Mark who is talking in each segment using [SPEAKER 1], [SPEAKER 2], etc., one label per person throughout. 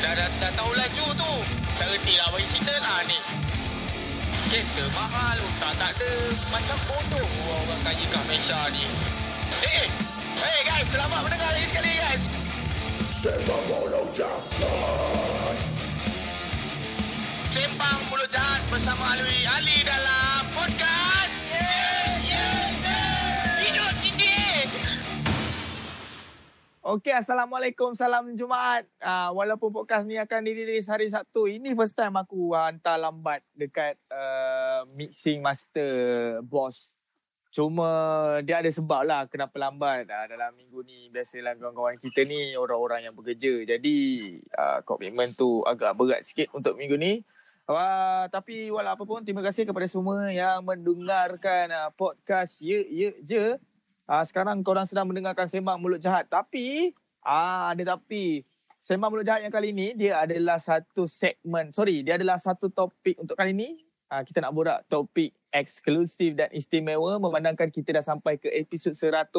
[SPEAKER 1] dah, dah, dah tahu laju tu. Tak reti lah bagi signal lah ni. Kereta mahal, tak tak ada. Macam bodoh orang, orang kaya kat Malaysia ni. Eh, eh. Hey guys, selamat mendengar lagi sekali guys.
[SPEAKER 2] Sembang Bola Jahat
[SPEAKER 1] Sembang Mulut Jahat bersama Alwi Ali dalam podcast. Yes, yes, yes. Hidup tinggi.
[SPEAKER 3] Okey, Assalamualaikum, salam Jumaat. Uh, walaupun podcast ni akan dirilis hari Sabtu, ini first time aku uh, hantar lambat dekat uh, mixing master boss. Cuma dia ada sebab lah kenapa lambat uh, dalam minggu ni. Biasalah kawan-kawan kita ni orang-orang yang bekerja. Jadi uh, komitmen tu agak berat sikit untuk minggu ni. Uh, tapi walau apa pun, terima kasih kepada semua yang mendengarkan uh, podcast Ye Ye Je. Ah sekarang korang sedang mendengarkan Sembang Mulut Jahat. Tapi, ah ada tapi. Sembang Mulut Jahat yang kali ini, dia adalah satu segmen. Sorry, dia adalah satu topik untuk kali ini. Ah, kita nak borak topik eksklusif dan istimewa memandangkan kita dah sampai ke episod 101.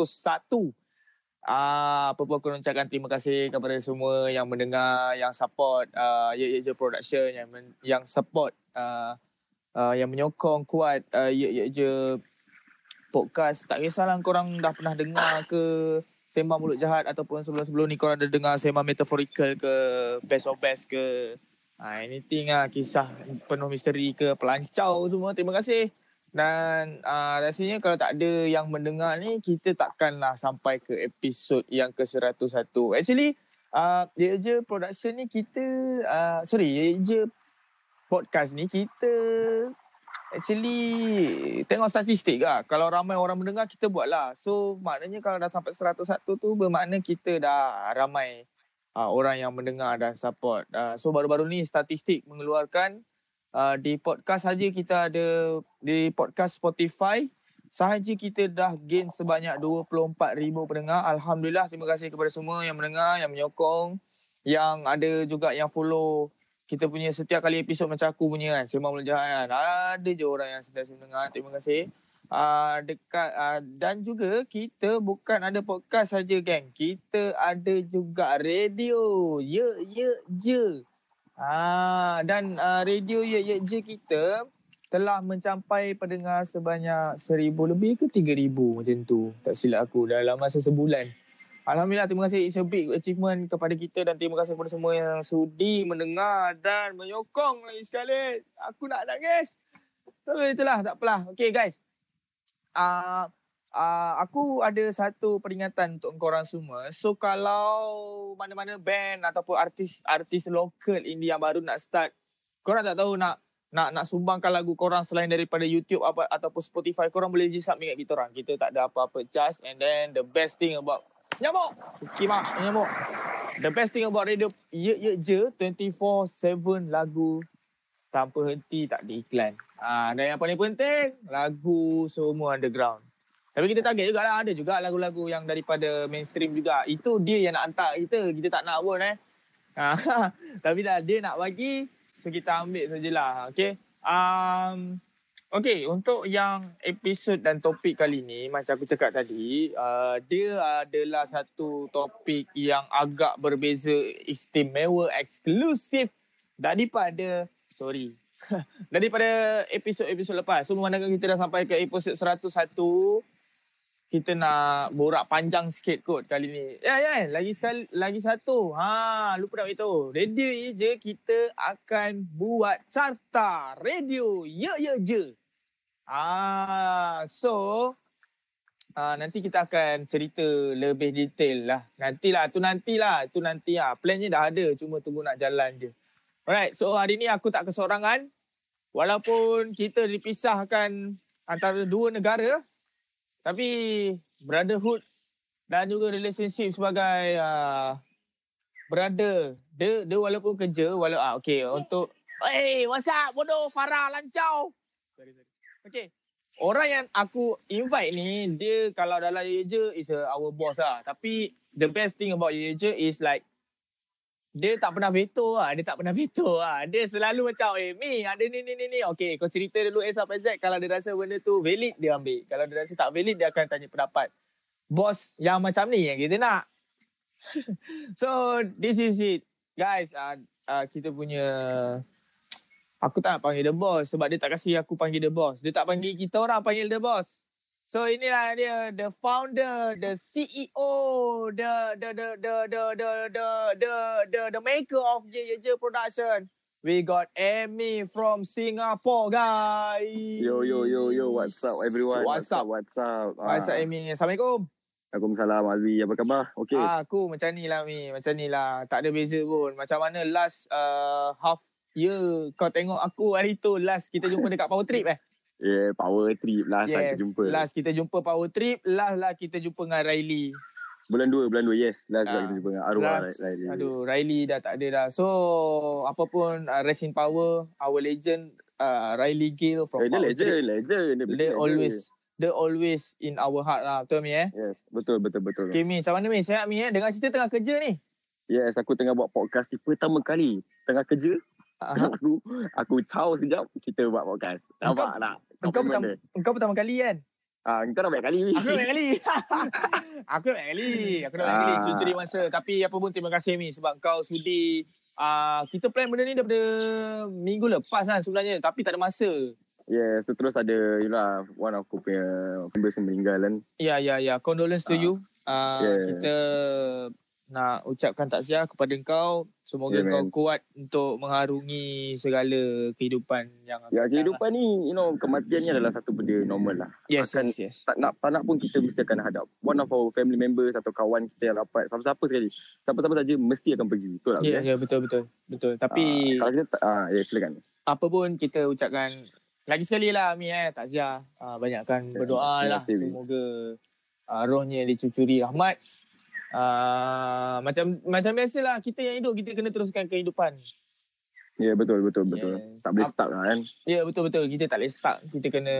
[SPEAKER 3] Ah, apa pun aku nak ucapkan terima kasih kepada semua yang mendengar, yang support uh, Ye Ye Je Production, yang, men, yang support, uh, uh, yang menyokong kuat uh, Ye Ye Je podcast tak kisahlah korang dah pernah dengar ke Sembang Mulut Jahat ataupun sebelum-sebelum ni korang dah dengar Sembang Metaphorical ke Best of Best ke ha, anything lah kisah penuh misteri ke pelancau semua terima kasih dan uh, rasanya kalau tak ada yang mendengar ni kita takkanlah sampai ke episod yang ke-101 actually uh, Ye Je Production ni kita uh, sorry Ye Je Podcast ni kita Actually tengok statistik lah. Kalau ramai orang mendengar kita buat lah. So maknanya kalau dah sampai 101 tu bermakna kita dah ramai uh, orang yang mendengar dan support. Uh, so baru-baru ni statistik mengeluarkan uh, di podcast saja kita ada di podcast Spotify sahaja kita dah gain sebanyak 24,000 pendengar. Alhamdulillah terima kasih kepada semua yang mendengar, yang menyokong, yang ada juga yang follow kita punya setiap kali episod macam aku punya kan Sembang Mulut Jahat kan ada je orang yang sentiasa mendengar terima kasih uh, dekat uh, dan juga kita bukan ada podcast saja geng kita ada juga radio ye ye je ah dan uh, radio ye ye je kita telah mencapai pendengar sebanyak seribu lebih ke tiga ribu macam tu tak silap aku dalam masa sebulan Alhamdulillah terima kasih it's a big achievement kepada kita dan terima kasih kepada semua yang sudi mendengar dan menyokong lagi sekali. Aku nak nangis. Tapi itulah tak apalah. Okay guys. Uh, uh, aku ada satu peringatan untuk korang semua. So kalau mana-mana band ataupun artis-artis lokal indie yang baru nak start, korang tak tahu nak nak nak sumbangkan lagu korang selain daripada YouTube apa, ataupun Spotify, korang boleh je submit kat kita orang. Kita tak ada apa-apa charge and then the best thing about Nyamuk. Okay, mak. Nyamuk. The best thing about radio ye ye je 24/7 lagu tanpa henti tak ada iklan. Ah dan yang paling penting lagu semua underground. Tapi kita target jugalah ada juga lagu-lagu yang daripada mainstream juga. Itu dia yang nak hantar kita. Kita tak nak pun eh. Ah, tapi dah dia nak bagi so kita ambil sajalah. Okay. Um, Okey, untuk yang episod dan topik kali ni macam aku cakap tadi, uh, dia adalah satu topik yang agak berbeza, istimewa, eksklusif daripada sorry. daripada episod-episod lepas. So memandangkan kita dah sampai ke episod 101, kita nak borak panjang sikit kot kali ni. Ya, ya, lagi sekali lagi satu. Ha, lupa nak beritahu. Radio ye je kita akan buat carta radio ye ye je. Ah, so ah, nanti kita akan cerita lebih detail lah. Nantilah, tu nantilah, tu nanti lah. Plannya dah ada, cuma tunggu nak jalan je. Alright, so hari ni aku tak kesorangan. Walaupun kita dipisahkan antara dua negara, tapi brotherhood dan juga relationship sebagai uh, brother, dia dia walaupun kerja, walau ah okey untuk Hey, what's up? Bodoh, Farah lancau. Sorry, sorry. Okay. Orang yang aku invite ni, dia kalau dalam Yeja is a, our boss lah. Tapi the best thing about Yeja is like, dia tak pernah veto lah. Dia tak pernah veto lah. Dia selalu macam, eh Mi, ada ni ni ni ni. Okay, kau cerita dulu A sampai Z. Kalau dia rasa benda tu valid, dia ambil. Kalau dia rasa tak valid, dia akan tanya pendapat. Bos yang macam ni yang kita nak. so, this is it. guys uh, uh, kita punya aku tak nak panggil the boss sebab dia tak kasi aku panggil the boss. Dia tak panggil kita orang panggil the boss. So inilah dia the founder, the CEO, the the the the the the the the, the, the maker of Ye Ye Je Production. We got Amy from Singapore, guys.
[SPEAKER 4] Yo yo yo yo what's up everyone?
[SPEAKER 3] What's up?
[SPEAKER 4] What's up? Ah.
[SPEAKER 3] What's up, Amy? Assalamualaikum.
[SPEAKER 4] Waalaikumsalam Alwi. Apa khabar? Okey.
[SPEAKER 3] Ah, aku macam ni lah Mi. Macam ni lah. Tak ada beza pun. Macam mana last uh, half year kau tengok aku hari tu. Last kita jumpa dekat Power Trip eh.
[SPEAKER 4] Yeah, power trip lah yes, kita jumpa.
[SPEAKER 3] Last kita jumpa Power Trip. Last lah kita jumpa dengan Riley.
[SPEAKER 4] Bulan 2, bulan 2. Yes, last
[SPEAKER 3] Ah,
[SPEAKER 4] uh, kita jumpa dengan arwah
[SPEAKER 3] last,
[SPEAKER 4] Riley.
[SPEAKER 3] Aduh, Riley dah tak ada dah. So, apa pun uh, Rest in Power. Our legend uh, Riley Gill from
[SPEAKER 4] Eh, dia
[SPEAKER 3] Power
[SPEAKER 4] legend, legend. Dia,
[SPEAKER 3] Trip.
[SPEAKER 4] betul
[SPEAKER 3] They
[SPEAKER 4] legend.
[SPEAKER 3] always they always in our heart lah. Betul Mi eh?
[SPEAKER 4] Yes, betul, betul, betul.
[SPEAKER 3] Okay Mi, macam mana Mi? Sehat Mi eh? Dengar cerita tengah kerja ni.
[SPEAKER 4] Yes, aku tengah buat podcast ni pertama kali. Tengah kerja,
[SPEAKER 3] Aha.
[SPEAKER 4] aku aku caw sekejap, kita buat podcast. Nampak
[SPEAKER 3] Engkau-
[SPEAKER 4] tak?
[SPEAKER 3] Engkau
[SPEAKER 4] pergi
[SPEAKER 3] pertama,
[SPEAKER 4] mana?
[SPEAKER 3] engkau pertama kali kan?
[SPEAKER 4] Ah, engkau dah banyak kali ni.
[SPEAKER 3] Aku nak banyak kali. aku nak banyak kali. Aku nak banyak kali.
[SPEAKER 4] Ah.
[SPEAKER 3] Curi-curi masa. Tapi apa pun terima kasih Mi sebab kau sudi. Uh, kita plan benda ni daripada minggu lepas lah sebenarnya. Tapi tak ada masa.
[SPEAKER 4] Yes, tu terus ada yalah, one of aku punya members yang meninggal kan.
[SPEAKER 3] Ya, ya, ya. Condolence to
[SPEAKER 4] Ah.
[SPEAKER 3] you. Uh,
[SPEAKER 4] Yeah.
[SPEAKER 3] Kita nak ucapkan takziah kepada kau. Semoga
[SPEAKER 4] Yeah,
[SPEAKER 3] kau
[SPEAKER 4] man.
[SPEAKER 3] kuat untuk mengharungi segala kehidupan yang akan datang lah.
[SPEAKER 4] Ya, kehidupan ni, you know, kematian ni adalah satu benda normal lah.
[SPEAKER 3] Yes,
[SPEAKER 4] akan-
[SPEAKER 3] yes, yes.
[SPEAKER 4] tak nak tak nak pun kita mesti akan hadap. One of our family members atau kawan kita yang dapat siapa-siapa sekali. Siapa-siapa saja mesti akan pergi. Betul tak?
[SPEAKER 3] Ya,
[SPEAKER 4] Abdul?
[SPEAKER 3] ya, betul, betul. Betul. Tapi...
[SPEAKER 4] Ah, kalau kita tak- ah, ya silakan.
[SPEAKER 3] apa pun kita ucapkan lagi sekali lah Amir eh takziah uh, banyakkan
[SPEAKER 4] Ya,
[SPEAKER 3] berdoa
[SPEAKER 4] terima
[SPEAKER 3] lah
[SPEAKER 4] kasih, Mi.
[SPEAKER 3] semoga uh, rohnya dicucuri rahmat uh, macam macam biasalah kita yang hidup kita kena teruskan kehidupan
[SPEAKER 4] Ya betul betul betul.
[SPEAKER 3] Yes.
[SPEAKER 4] Tak boleh
[SPEAKER 3] Ap-
[SPEAKER 4] stop lah kan.
[SPEAKER 3] ya yeah, betul betul kita tak boleh start kita kena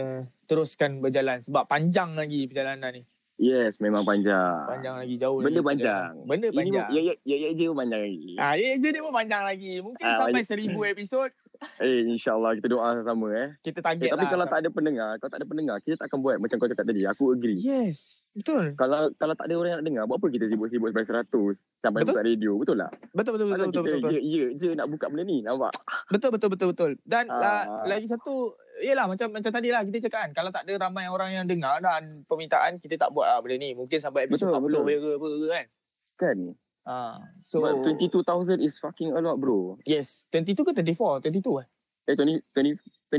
[SPEAKER 3] teruskan berjalan sebab panjang lagi perjalanan ni
[SPEAKER 4] Yes, memang panjang.
[SPEAKER 3] panjang lagi jauh
[SPEAKER 4] Benda
[SPEAKER 3] lagi
[SPEAKER 4] panjang.
[SPEAKER 3] perjalanan. benda
[SPEAKER 4] Ini
[SPEAKER 3] panjang
[SPEAKER 4] ya ya ya ya je pun panjang lagi.
[SPEAKER 3] Ah, ya je dia pun panjang lagi. Mungkin
[SPEAKER 4] Ah,
[SPEAKER 3] sampai
[SPEAKER 4] banyak.
[SPEAKER 3] seribu episod
[SPEAKER 4] Eh insyaallah kita doa sama-sama eh.
[SPEAKER 3] kita
[SPEAKER 4] eh
[SPEAKER 3] target
[SPEAKER 4] tapi
[SPEAKER 3] lah.
[SPEAKER 4] kalau tak ada pendengar, kalau tak ada pendengar, kita tak akan buat macam kau cakap tadi. Aku agree.
[SPEAKER 3] Yes, betul.
[SPEAKER 4] Kalau kalau tak ada orang yang nak dengar, buat apa kita sibuk-sibuk sampai 100 sampai
[SPEAKER 3] Betul.
[SPEAKER 4] buka radio, betul tak?
[SPEAKER 3] Betul betul betul
[SPEAKER 4] Kalau
[SPEAKER 3] betul
[SPEAKER 4] kita
[SPEAKER 3] betul. betul.
[SPEAKER 4] ya ya je nak buka benda ni, nampak?
[SPEAKER 3] Betul betul betul betul. Dan uh,
[SPEAKER 4] Ah.
[SPEAKER 3] lagi satu ialah macam macam tadi lah kita cakap kan kalau tak ada ramai orang yang dengar dan permintaan kita tak buat lah benda ni. Mungkin sampai episod
[SPEAKER 4] Betul,
[SPEAKER 3] 40 ke apa ke kan.
[SPEAKER 4] Kan?
[SPEAKER 3] Uh, so
[SPEAKER 4] So, But 22,000 is fucking a lot bro.
[SPEAKER 3] yes, 22 ke 34? 22 eh.
[SPEAKER 4] Eh 20, 20,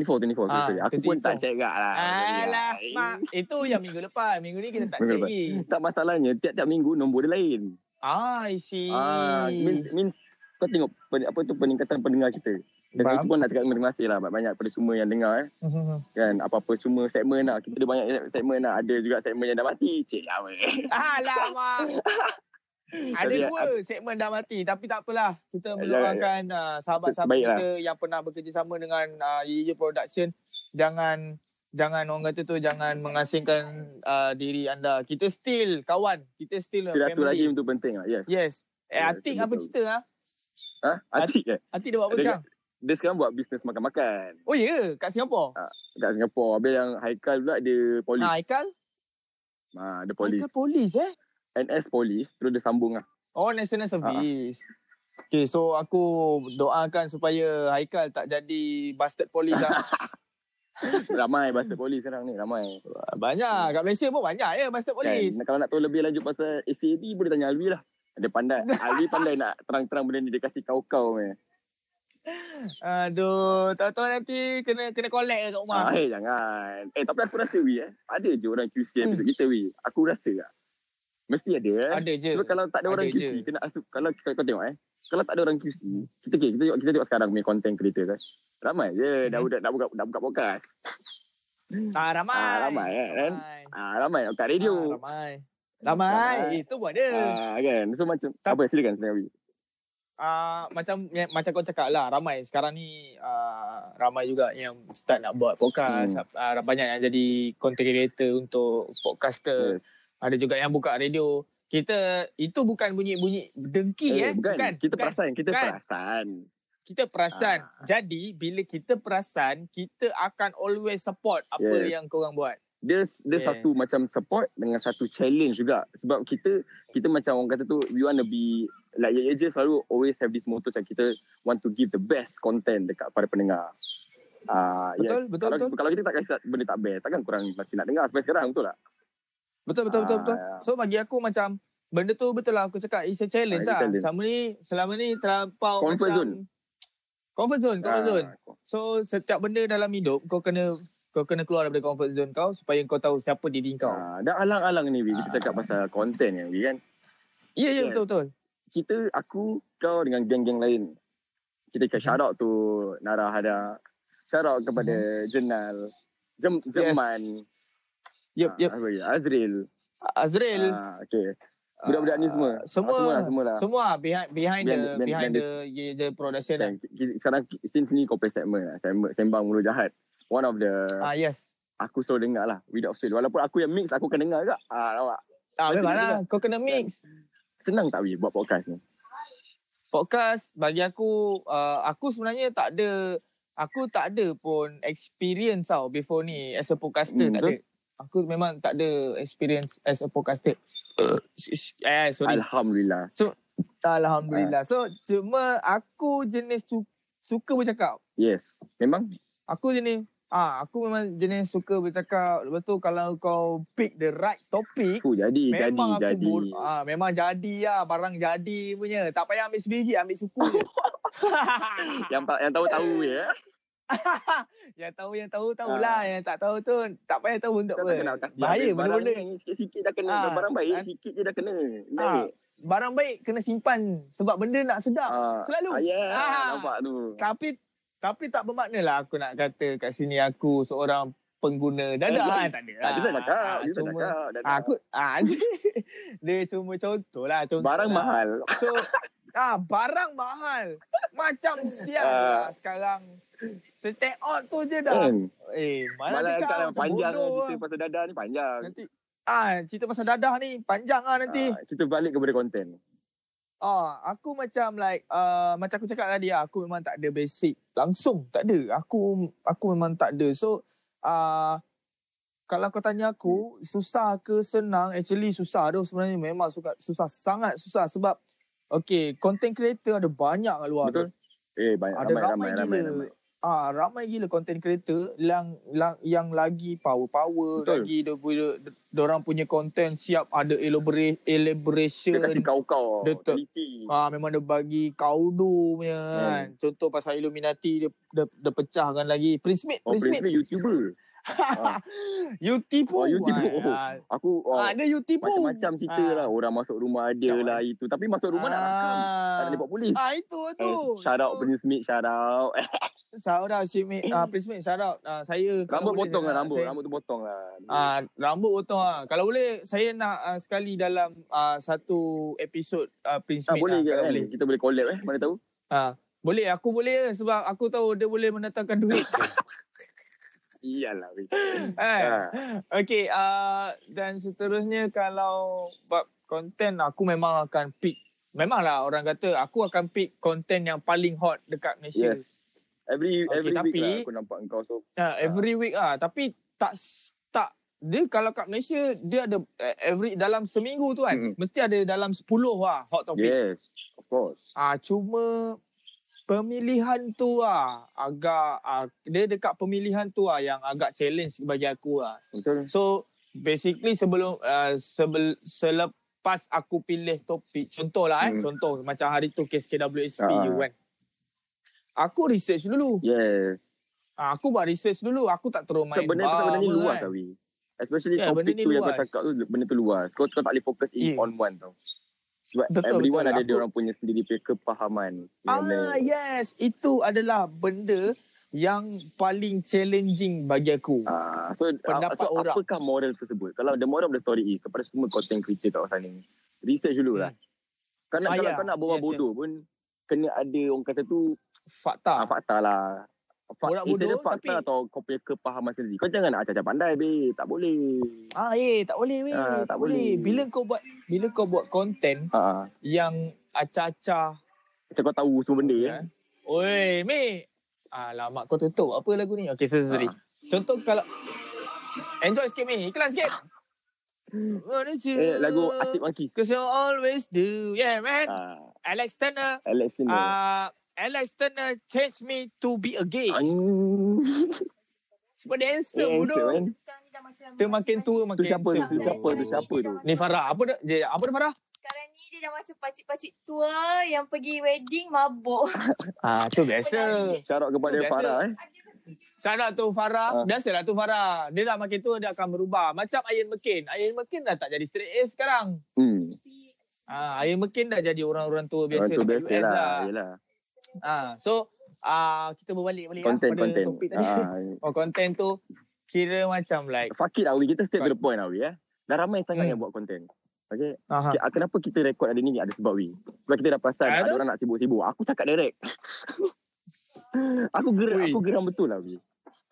[SPEAKER 4] 24,
[SPEAKER 3] Ah,
[SPEAKER 4] 24. Ah, sorry. Aku pun
[SPEAKER 3] 24.
[SPEAKER 4] tak check gak lah.
[SPEAKER 3] Alah,
[SPEAKER 4] Eh,
[SPEAKER 3] mak. Itu yang minggu lepas. Minggu ni kita tak
[SPEAKER 4] Minggu
[SPEAKER 3] check
[SPEAKER 4] lepas.
[SPEAKER 3] lagi.
[SPEAKER 4] eh, Tak masalahnya, tiap-tiap minggu nombor dia lain.
[SPEAKER 3] Ah, I see.
[SPEAKER 4] Ah, means, means kau tengok pen, apa tu peningkatan pendengar kita. Dan
[SPEAKER 3] Faham.
[SPEAKER 4] itu pun nak cakap terima kasih lah banyak pada semua yang dengar eh. Kan apa-apa semua segmen lah. Kita ada banyak segmen lah. Ada juga segmen yang dah mati. Cik lah weh.
[SPEAKER 3] Alamak. Ada
[SPEAKER 4] Tapi, ah, Ya,
[SPEAKER 3] dua segmen dah mati tapi tak apalah. Kita
[SPEAKER 4] Jangan,
[SPEAKER 3] mendoakan uh, sahabat-sahabat
[SPEAKER 4] Baiklah.
[SPEAKER 3] kita yang pernah bekerjasama dengan uh, Yeye Production jangan jangan orang kata tu jangan mengasingkan uh, diri anda. Kita still kawan, kita still a family.
[SPEAKER 4] Silaturahim tu penting lah. Yes.
[SPEAKER 3] Yes. Eh
[SPEAKER 4] Yes,
[SPEAKER 3] Atik apa
[SPEAKER 4] betul.
[SPEAKER 3] cerita ah?
[SPEAKER 4] Ha? Atik eh.
[SPEAKER 3] Atik dia buat apa
[SPEAKER 4] Ada-
[SPEAKER 3] sekarang?
[SPEAKER 4] Dia sekarang buat bisnes makan-makan.
[SPEAKER 3] Oh ya, yeah, kat Singapura.
[SPEAKER 4] Dekat Singapura. Habis yang Haikal pula dia polis.
[SPEAKER 3] Ha, Aikal,
[SPEAKER 4] Ha, dia polis.
[SPEAKER 3] Aikal polis eh.
[SPEAKER 4] NS polis terus dia sambung lah.
[SPEAKER 3] Oh, national service. Okay, so aku doakan supaya Haikal tak jadi bastard polis lah.
[SPEAKER 4] Ramai bastard polis sekarang ni, ramai.
[SPEAKER 3] Banyak. Kat Malaysia pun banyak ya bastard polis.
[SPEAKER 4] Kan, kalau nak tahu lebih lanjut pasal ACAB boleh tanya Alwi lah. Dia pandai. Alwi pandai nak terang-terang benda ni dia kasi kau-kau meh.
[SPEAKER 3] Aduh, tahu-tahu nanti kena kena collect lah kat rumah.
[SPEAKER 4] Ah, eh jangan. Eh tapi aku rasa Wi eh. Ada je orang QC yang
[SPEAKER 3] Hmm.
[SPEAKER 4] hmm. kita Wi. Aku rasa lah. Mesti ada eh.
[SPEAKER 3] Ada je.
[SPEAKER 4] Sebab kalau tak ada
[SPEAKER 3] Ada
[SPEAKER 4] orang QC,
[SPEAKER 3] je.
[SPEAKER 4] kita nak asup. Kalau kau, kau tengok eh. Kalau tak ada orang QC, kita okay, kita tengok, kita tengok sekarang punya content creator kan. Ramai je dah,
[SPEAKER 3] Mhm.
[SPEAKER 4] dah, dah buka dah buka podcast.
[SPEAKER 3] Ah, ramai.
[SPEAKER 4] Ah, ramai eh, kan?
[SPEAKER 3] Ramai.
[SPEAKER 4] Ah ramai kat radio.
[SPEAKER 3] Ah, ramai. Ramai.
[SPEAKER 4] Ramai.
[SPEAKER 3] Itu pun ada.
[SPEAKER 4] Ah kan. So macam
[SPEAKER 3] Tapi-
[SPEAKER 4] apa silakan silakan Wi.
[SPEAKER 3] Ah, macam ya, macam kau cakap lah ramai sekarang ni ah, ramai juga yang start nak buat podcast
[SPEAKER 4] Hmm.
[SPEAKER 3] Ah, banyak yang jadi content creator untuk podcaster
[SPEAKER 4] Yes.
[SPEAKER 3] ada juga yang buka radio kita itu bukan bunyi-bunyi dengki eh,
[SPEAKER 4] bukan. Kita
[SPEAKER 3] bukan.
[SPEAKER 4] perasan, Ah. kita
[SPEAKER 3] bukan.
[SPEAKER 4] perasan.
[SPEAKER 3] kita perasan. Jadi bila kita perasan, kita akan always support apa
[SPEAKER 4] Yes.
[SPEAKER 3] yang korang buat.
[SPEAKER 4] Dia dia
[SPEAKER 3] Yes.
[SPEAKER 4] yes. satu macam support dengan satu challenge juga sebab kita kita macam orang kata tu we want to be like Ye Ye je selalu always have this motto macam kita want to give the best content dekat para pendengar. Uh,
[SPEAKER 3] Betul, betul,
[SPEAKER 4] kalau,
[SPEAKER 3] betul.
[SPEAKER 4] Kalau kita tak kasi benda tak best, takkan korang masih nak dengar sampai sekarang, betul tak?
[SPEAKER 3] Betul betul betul
[SPEAKER 4] Ah,
[SPEAKER 3] betul.
[SPEAKER 4] ya.
[SPEAKER 3] So bagi aku macam benda tu betul lah aku cakap it's a challenge
[SPEAKER 4] Ah,
[SPEAKER 3] lah.
[SPEAKER 4] it's a challenge.
[SPEAKER 3] Selama ni selama ni terlampau
[SPEAKER 4] Comfort
[SPEAKER 3] macam
[SPEAKER 4] zone.
[SPEAKER 3] Comfort zone, comfort
[SPEAKER 4] Ah,
[SPEAKER 3] zone. So setiap benda dalam hidup kau kena kau kena keluar daripada comfort zone kau supaya kau tahu siapa diri kau.
[SPEAKER 4] Ah, dah alang-alang ni, Vi. Kita
[SPEAKER 3] Ah.
[SPEAKER 4] cakap pasal content ni, Vi, kan?
[SPEAKER 3] Ya ya
[SPEAKER 4] yes.
[SPEAKER 3] betul betul.
[SPEAKER 4] Kita, aku, kau dengan geng-geng lain. Kita
[SPEAKER 3] Mhm.
[SPEAKER 4] kat shout out tu Nara Hada. Shout
[SPEAKER 3] Mhm.
[SPEAKER 4] out kepada Jenal. Jem, Jeman.
[SPEAKER 3] Yep
[SPEAKER 4] Ah,
[SPEAKER 3] yep.
[SPEAKER 4] apa lagi? Azril.
[SPEAKER 3] Azril
[SPEAKER 4] Ah, okay. Budak-budak ni semua.
[SPEAKER 3] ah, semua
[SPEAKER 4] Ah, semua lah, semua lah.
[SPEAKER 3] Semua behind behind
[SPEAKER 4] Behind
[SPEAKER 3] the
[SPEAKER 4] the-
[SPEAKER 3] behind
[SPEAKER 4] behind
[SPEAKER 3] the, ye the production. lah.
[SPEAKER 4] Dan ki- ki- Sekarang, ki- since ni kau play segmen lah. Segmen, sembang mulut jahat. One of the,
[SPEAKER 3] Ah yes.
[SPEAKER 4] aku selalu dengar lah. Without fail. Walaupun aku yang mix, aku akan dengar juga. Ah, nampak?
[SPEAKER 3] Ah
[SPEAKER 4] Betul
[SPEAKER 3] memang
[SPEAKER 4] juga.
[SPEAKER 3] lah kau kena mix.
[SPEAKER 4] Senang tak, Vi, buat podcast ni?
[SPEAKER 3] podcast bagi aku uh, aku sebenarnya tak ada aku tak ada pun experience tau before ni as a podcaster
[SPEAKER 4] Hmm,
[SPEAKER 3] tak ada aku memang tak ada experience as a podcaster eh sorry
[SPEAKER 4] Alhamdulillah.
[SPEAKER 3] so alhamdulillah so cuma aku jenis tu, suka bercakap
[SPEAKER 4] Yes. Memang
[SPEAKER 3] aku jenis ah aku memang jenis suka bercakap lepas tu kalau kau pick the right topic
[SPEAKER 4] Aku jadi,
[SPEAKER 3] Memang aku
[SPEAKER 4] jadi, jadi.
[SPEAKER 3] bor- ah, memang jadi lah barang jadi punya. Tak payah ambil sebiji, ambil suku je.
[SPEAKER 4] yang, ta- yang tahu tahu ya.
[SPEAKER 3] yang tahu yang tahu tahulah,
[SPEAKER 4] Ah.
[SPEAKER 3] yang tak tahu tu tak payah tahu untuk
[SPEAKER 4] Kau tak kena
[SPEAKER 3] apa.
[SPEAKER 4] kasihan.
[SPEAKER 3] Bahaya
[SPEAKER 4] Barang
[SPEAKER 3] benda-benda.
[SPEAKER 4] ni Sikit-sikit dah kena.
[SPEAKER 3] Ah.
[SPEAKER 4] Barang baik
[SPEAKER 3] Ah.
[SPEAKER 4] sikit je dah kena.
[SPEAKER 3] Ah,
[SPEAKER 4] Baik.
[SPEAKER 3] barang baik kena simpan sebab benda nak sedap.
[SPEAKER 4] Ah.
[SPEAKER 3] selalu.
[SPEAKER 4] Ah, yeah,
[SPEAKER 3] Ah.
[SPEAKER 4] nampak tu.
[SPEAKER 3] Tapi tapi tak bermakna lah aku nak kata kat sini aku seorang pengguna dadah
[SPEAKER 4] Eh,
[SPEAKER 3] kan tak ada.
[SPEAKER 4] Ah, dia tak
[SPEAKER 3] lah.
[SPEAKER 4] cakap.
[SPEAKER 3] Ah,
[SPEAKER 4] Dia tak
[SPEAKER 3] cuma
[SPEAKER 4] cakap. Dah
[SPEAKER 3] ah, aku ah, dia cuma contoh lah
[SPEAKER 4] dah.
[SPEAKER 3] contoh
[SPEAKER 4] Barang
[SPEAKER 3] lah.
[SPEAKER 4] mahal.
[SPEAKER 3] So ah barang mahal. Macam sial
[SPEAKER 4] Ah.
[SPEAKER 3] lah sekarang. Stay out tu je dah.
[SPEAKER 4] Kan?
[SPEAKER 3] Eh, mana
[SPEAKER 4] Malah
[SPEAKER 3] cakap
[SPEAKER 4] kat
[SPEAKER 3] lah,
[SPEAKER 4] dalam panjang
[SPEAKER 3] bodoh
[SPEAKER 4] lah.
[SPEAKER 3] lah.
[SPEAKER 4] Cerita pasal dadah ni panjang.
[SPEAKER 3] Nanti ah cerita pasal dadah ni panjang ah nanti.
[SPEAKER 4] Ah, kita balik kepada konten.
[SPEAKER 3] Ah, aku macam like uh, macam aku cakap tadi ah, aku memang tak ada basic. Langsung tak ada. Aku aku memang tak ada. So ah kalau kau tanya aku susah ke senang actually susah tu sebenarnya memang suka, susah sangat susah sebab okay content creator ada banyak kat luar tu.
[SPEAKER 4] Betul? Eh, banyak.
[SPEAKER 3] Ada ramai,
[SPEAKER 4] ramai,
[SPEAKER 3] gila.
[SPEAKER 4] ramai.
[SPEAKER 3] Ah, ramai gila content creator yang, yang yang lagi power-power
[SPEAKER 4] Betul.
[SPEAKER 3] lagi dia punya dia orang punya content siap ada elaborate
[SPEAKER 4] Dia
[SPEAKER 3] elaboration.
[SPEAKER 4] kasi kau-kau.
[SPEAKER 3] Dia tak-
[SPEAKER 4] Teliti.
[SPEAKER 3] Ah memang dia bagi kaudu punya kan.
[SPEAKER 4] Hmm.
[SPEAKER 3] Contoh pasal Illuminati dia dia, dia pecahkan lagi. Prince Smith,
[SPEAKER 4] Oh,
[SPEAKER 3] Prince Smith.
[SPEAKER 4] prinsipnya YouTuber.
[SPEAKER 3] Yutipu.
[SPEAKER 4] Oh, Yutipu.
[SPEAKER 3] Ah,
[SPEAKER 4] Aku, oh,
[SPEAKER 3] ah, dia Yutipu.
[SPEAKER 4] macam-macam cerita
[SPEAKER 3] Ah.
[SPEAKER 4] lah. Orang masuk rumah dia
[SPEAKER 3] Macam
[SPEAKER 4] lah itu. Tapi masuk rumah nak rakam. Tak nak
[SPEAKER 3] Ah.
[SPEAKER 4] dapat polis.
[SPEAKER 3] Ah itu tu.
[SPEAKER 4] Eh, shout out Prince Smith, shout out. Eh,
[SPEAKER 3] Shout out si Mate. Ah Prince Smith shout out. Ah, saya kalau
[SPEAKER 4] rambut
[SPEAKER 3] boleh,
[SPEAKER 4] potong
[SPEAKER 3] saya
[SPEAKER 4] lah
[SPEAKER 3] nak-
[SPEAKER 4] rambut.
[SPEAKER 3] saya-
[SPEAKER 4] Rambut tu potong lah.
[SPEAKER 3] Ah rambut potong ah. Kalau boleh saya nak ah, sekali dalam ah, satu episod ah, Prince
[SPEAKER 4] ah,
[SPEAKER 3] Smith. ah,
[SPEAKER 4] boleh ke
[SPEAKER 3] kalau
[SPEAKER 4] kan?
[SPEAKER 3] boleh.
[SPEAKER 4] Kita boleh collab eh, mana tahu.
[SPEAKER 3] Ah boleh aku boleh eh, sebab aku tahu dia boleh mendatangkan duit.
[SPEAKER 4] Iyalah. weh.
[SPEAKER 3] eh.
[SPEAKER 4] Ah,
[SPEAKER 3] Okay, uh, dan seterusnya kalau bab konten aku memang akan pick. Memanglah orang kata aku akan pick konten yang paling hot dekat Malaysia.
[SPEAKER 4] yes. Every
[SPEAKER 3] Okay,
[SPEAKER 4] every week
[SPEAKER 3] tapi-
[SPEAKER 4] lah aku nampak engkau so.
[SPEAKER 3] Uh, every week ah, tapi tak s- tak dia kalau kat Malaysia dia ada eh, every dalam seminggu tu kan
[SPEAKER 4] Mm-mm.
[SPEAKER 3] mesti ada dalam 10 lah hot topic.
[SPEAKER 4] Mm-hmm. Yes. Of course.
[SPEAKER 3] Ah cuma pemilihan tu ah agak ah, dia dekat pemilihan tu ah yang agak challenge bagi aku ah.
[SPEAKER 4] Betul.
[SPEAKER 3] So basically sebelum uh, sebel, selepas aku pilih topik contohlah eh
[SPEAKER 4] Hmm.
[SPEAKER 3] contoh macam hari tu kes KWSP
[SPEAKER 4] Ah.
[SPEAKER 3] uh. kan. Aku research dulu.
[SPEAKER 4] Yes.
[SPEAKER 3] Ah, aku buat research dulu. Aku tak terus main.
[SPEAKER 4] Sebab benda tu
[SPEAKER 3] bar
[SPEAKER 4] benda ni
[SPEAKER 3] apa
[SPEAKER 4] luas
[SPEAKER 3] kan.
[SPEAKER 4] tau we. Especially
[SPEAKER 3] Yeah,
[SPEAKER 4] topik
[SPEAKER 3] Ya, benda ni
[SPEAKER 4] tu yang kau
[SPEAKER 3] luas.
[SPEAKER 4] cakap tu benda tu luas. Kau kau tak boleh fokus in
[SPEAKER 3] Yeah.
[SPEAKER 4] on one tau. Sebab
[SPEAKER 3] Betul,
[SPEAKER 4] everyone
[SPEAKER 3] betul.
[SPEAKER 4] ada
[SPEAKER 3] Aku-
[SPEAKER 4] dia orang punya sendiri punya kepahaman.
[SPEAKER 3] Ah yes, itu adalah benda yang paling challenging bagi aku.
[SPEAKER 4] Ah, so,
[SPEAKER 3] Pendapat
[SPEAKER 4] Pendapat so
[SPEAKER 3] orang.
[SPEAKER 4] apakah moral tersebut? Kalau the moral of the story is kepada semua content creator kat kawasan ni, research dululah. Kau nak,
[SPEAKER 3] Ah,
[SPEAKER 4] kalau
[SPEAKER 3] ya.
[SPEAKER 4] kau nak bawa
[SPEAKER 3] Yes, yes.
[SPEAKER 4] bodoh pun, kena ada orang kata tu ah,
[SPEAKER 3] Fakta.
[SPEAKER 4] fakta lah. Fak,
[SPEAKER 3] Borak
[SPEAKER 4] it's either
[SPEAKER 3] bodoh,
[SPEAKER 4] fakta
[SPEAKER 3] tapi-
[SPEAKER 4] atau kau punya kepahaman sendiri. Kau jangan nak acah-acah pandai, babe. Tak boleh.
[SPEAKER 3] Ah, eh, tak boleh weh.
[SPEAKER 4] Ah,
[SPEAKER 3] tak
[SPEAKER 4] tak
[SPEAKER 3] boleh.
[SPEAKER 4] boleh.
[SPEAKER 3] Bila kau buat bila kau buat konten
[SPEAKER 4] Ha, ah.
[SPEAKER 3] yang acah-acah
[SPEAKER 4] Macam kau tahu semua benda.
[SPEAKER 3] Ya.
[SPEAKER 4] Yeah.
[SPEAKER 3] Ah, Oi, Mi. Alamak kau tutup. Apa lagu ni? Okey, sorry, sorry.
[SPEAKER 4] Ah.
[SPEAKER 3] Contoh kalau Enjoy sikit mi. Iklan sikit. What did you
[SPEAKER 4] Eh, lagu Asyik Monkey.
[SPEAKER 3] Cause you always do. Yeah, man.
[SPEAKER 4] Ah,
[SPEAKER 3] Alex Turner.
[SPEAKER 4] Alex Tino.
[SPEAKER 3] Uh,
[SPEAKER 4] Ah.
[SPEAKER 3] Alex Turner changed me to be a gay. Sebab dia handsome,
[SPEAKER 4] Eh, Ah, handsome,
[SPEAKER 3] bodoh.
[SPEAKER 4] kan?
[SPEAKER 5] Sekarang ni dah macam
[SPEAKER 3] Dia makin tua, makin
[SPEAKER 4] Tu siapa tu? Tu
[SPEAKER 3] handsome.
[SPEAKER 4] siapa tu? Siapa tu?
[SPEAKER 3] Ni Farah. Apa dia? dia apa dia Farah?
[SPEAKER 5] Sekarang ni dia dah macam pakcik-pakcik tua yang pergi wedding mabuk.
[SPEAKER 3] Ah, tu biasa.
[SPEAKER 4] Syarat kepada
[SPEAKER 3] Tu biasa.
[SPEAKER 4] Farah eh.
[SPEAKER 5] Ada satu video
[SPEAKER 3] Salah tu Farah.
[SPEAKER 4] Ah.
[SPEAKER 3] Biasalah tu Farah. Dia dah makin tua, dia akan berubah. Macam Ayan Mekin. Ayan Mekin dah tak jadi straight A sekarang.
[SPEAKER 4] Hmm.
[SPEAKER 5] tapi-
[SPEAKER 3] Ah, Ayan Mekin dah jadi orang-orang tua biasa.
[SPEAKER 4] Biasa tu
[SPEAKER 3] dekat
[SPEAKER 4] biasa
[SPEAKER 3] US
[SPEAKER 4] lah.
[SPEAKER 3] lah.
[SPEAKER 4] Yelah.
[SPEAKER 3] Ah, so ah kita berbalik balik lah
[SPEAKER 4] Content,
[SPEAKER 3] pada
[SPEAKER 4] content.
[SPEAKER 3] topik tadi. Ah.
[SPEAKER 4] Ah,
[SPEAKER 3] Oh, content tu kira macam like
[SPEAKER 4] fuck it Awi. Kita step to the point Awi eh. Dah ramai
[SPEAKER 3] Hmm.
[SPEAKER 4] sangat
[SPEAKER 3] Ha.
[SPEAKER 4] yang buat konten. Okay.
[SPEAKER 3] aha.
[SPEAKER 4] Ah, Kenapa kita rekod hari ni ada sebab we. Sebab kita dah perasan
[SPEAKER 3] Ah,
[SPEAKER 4] ada
[SPEAKER 3] tu?
[SPEAKER 4] orang nak sibuk-sibuk. Aku cakap direct. aku geram,
[SPEAKER 3] Ui.
[SPEAKER 4] aku geram betul lah we.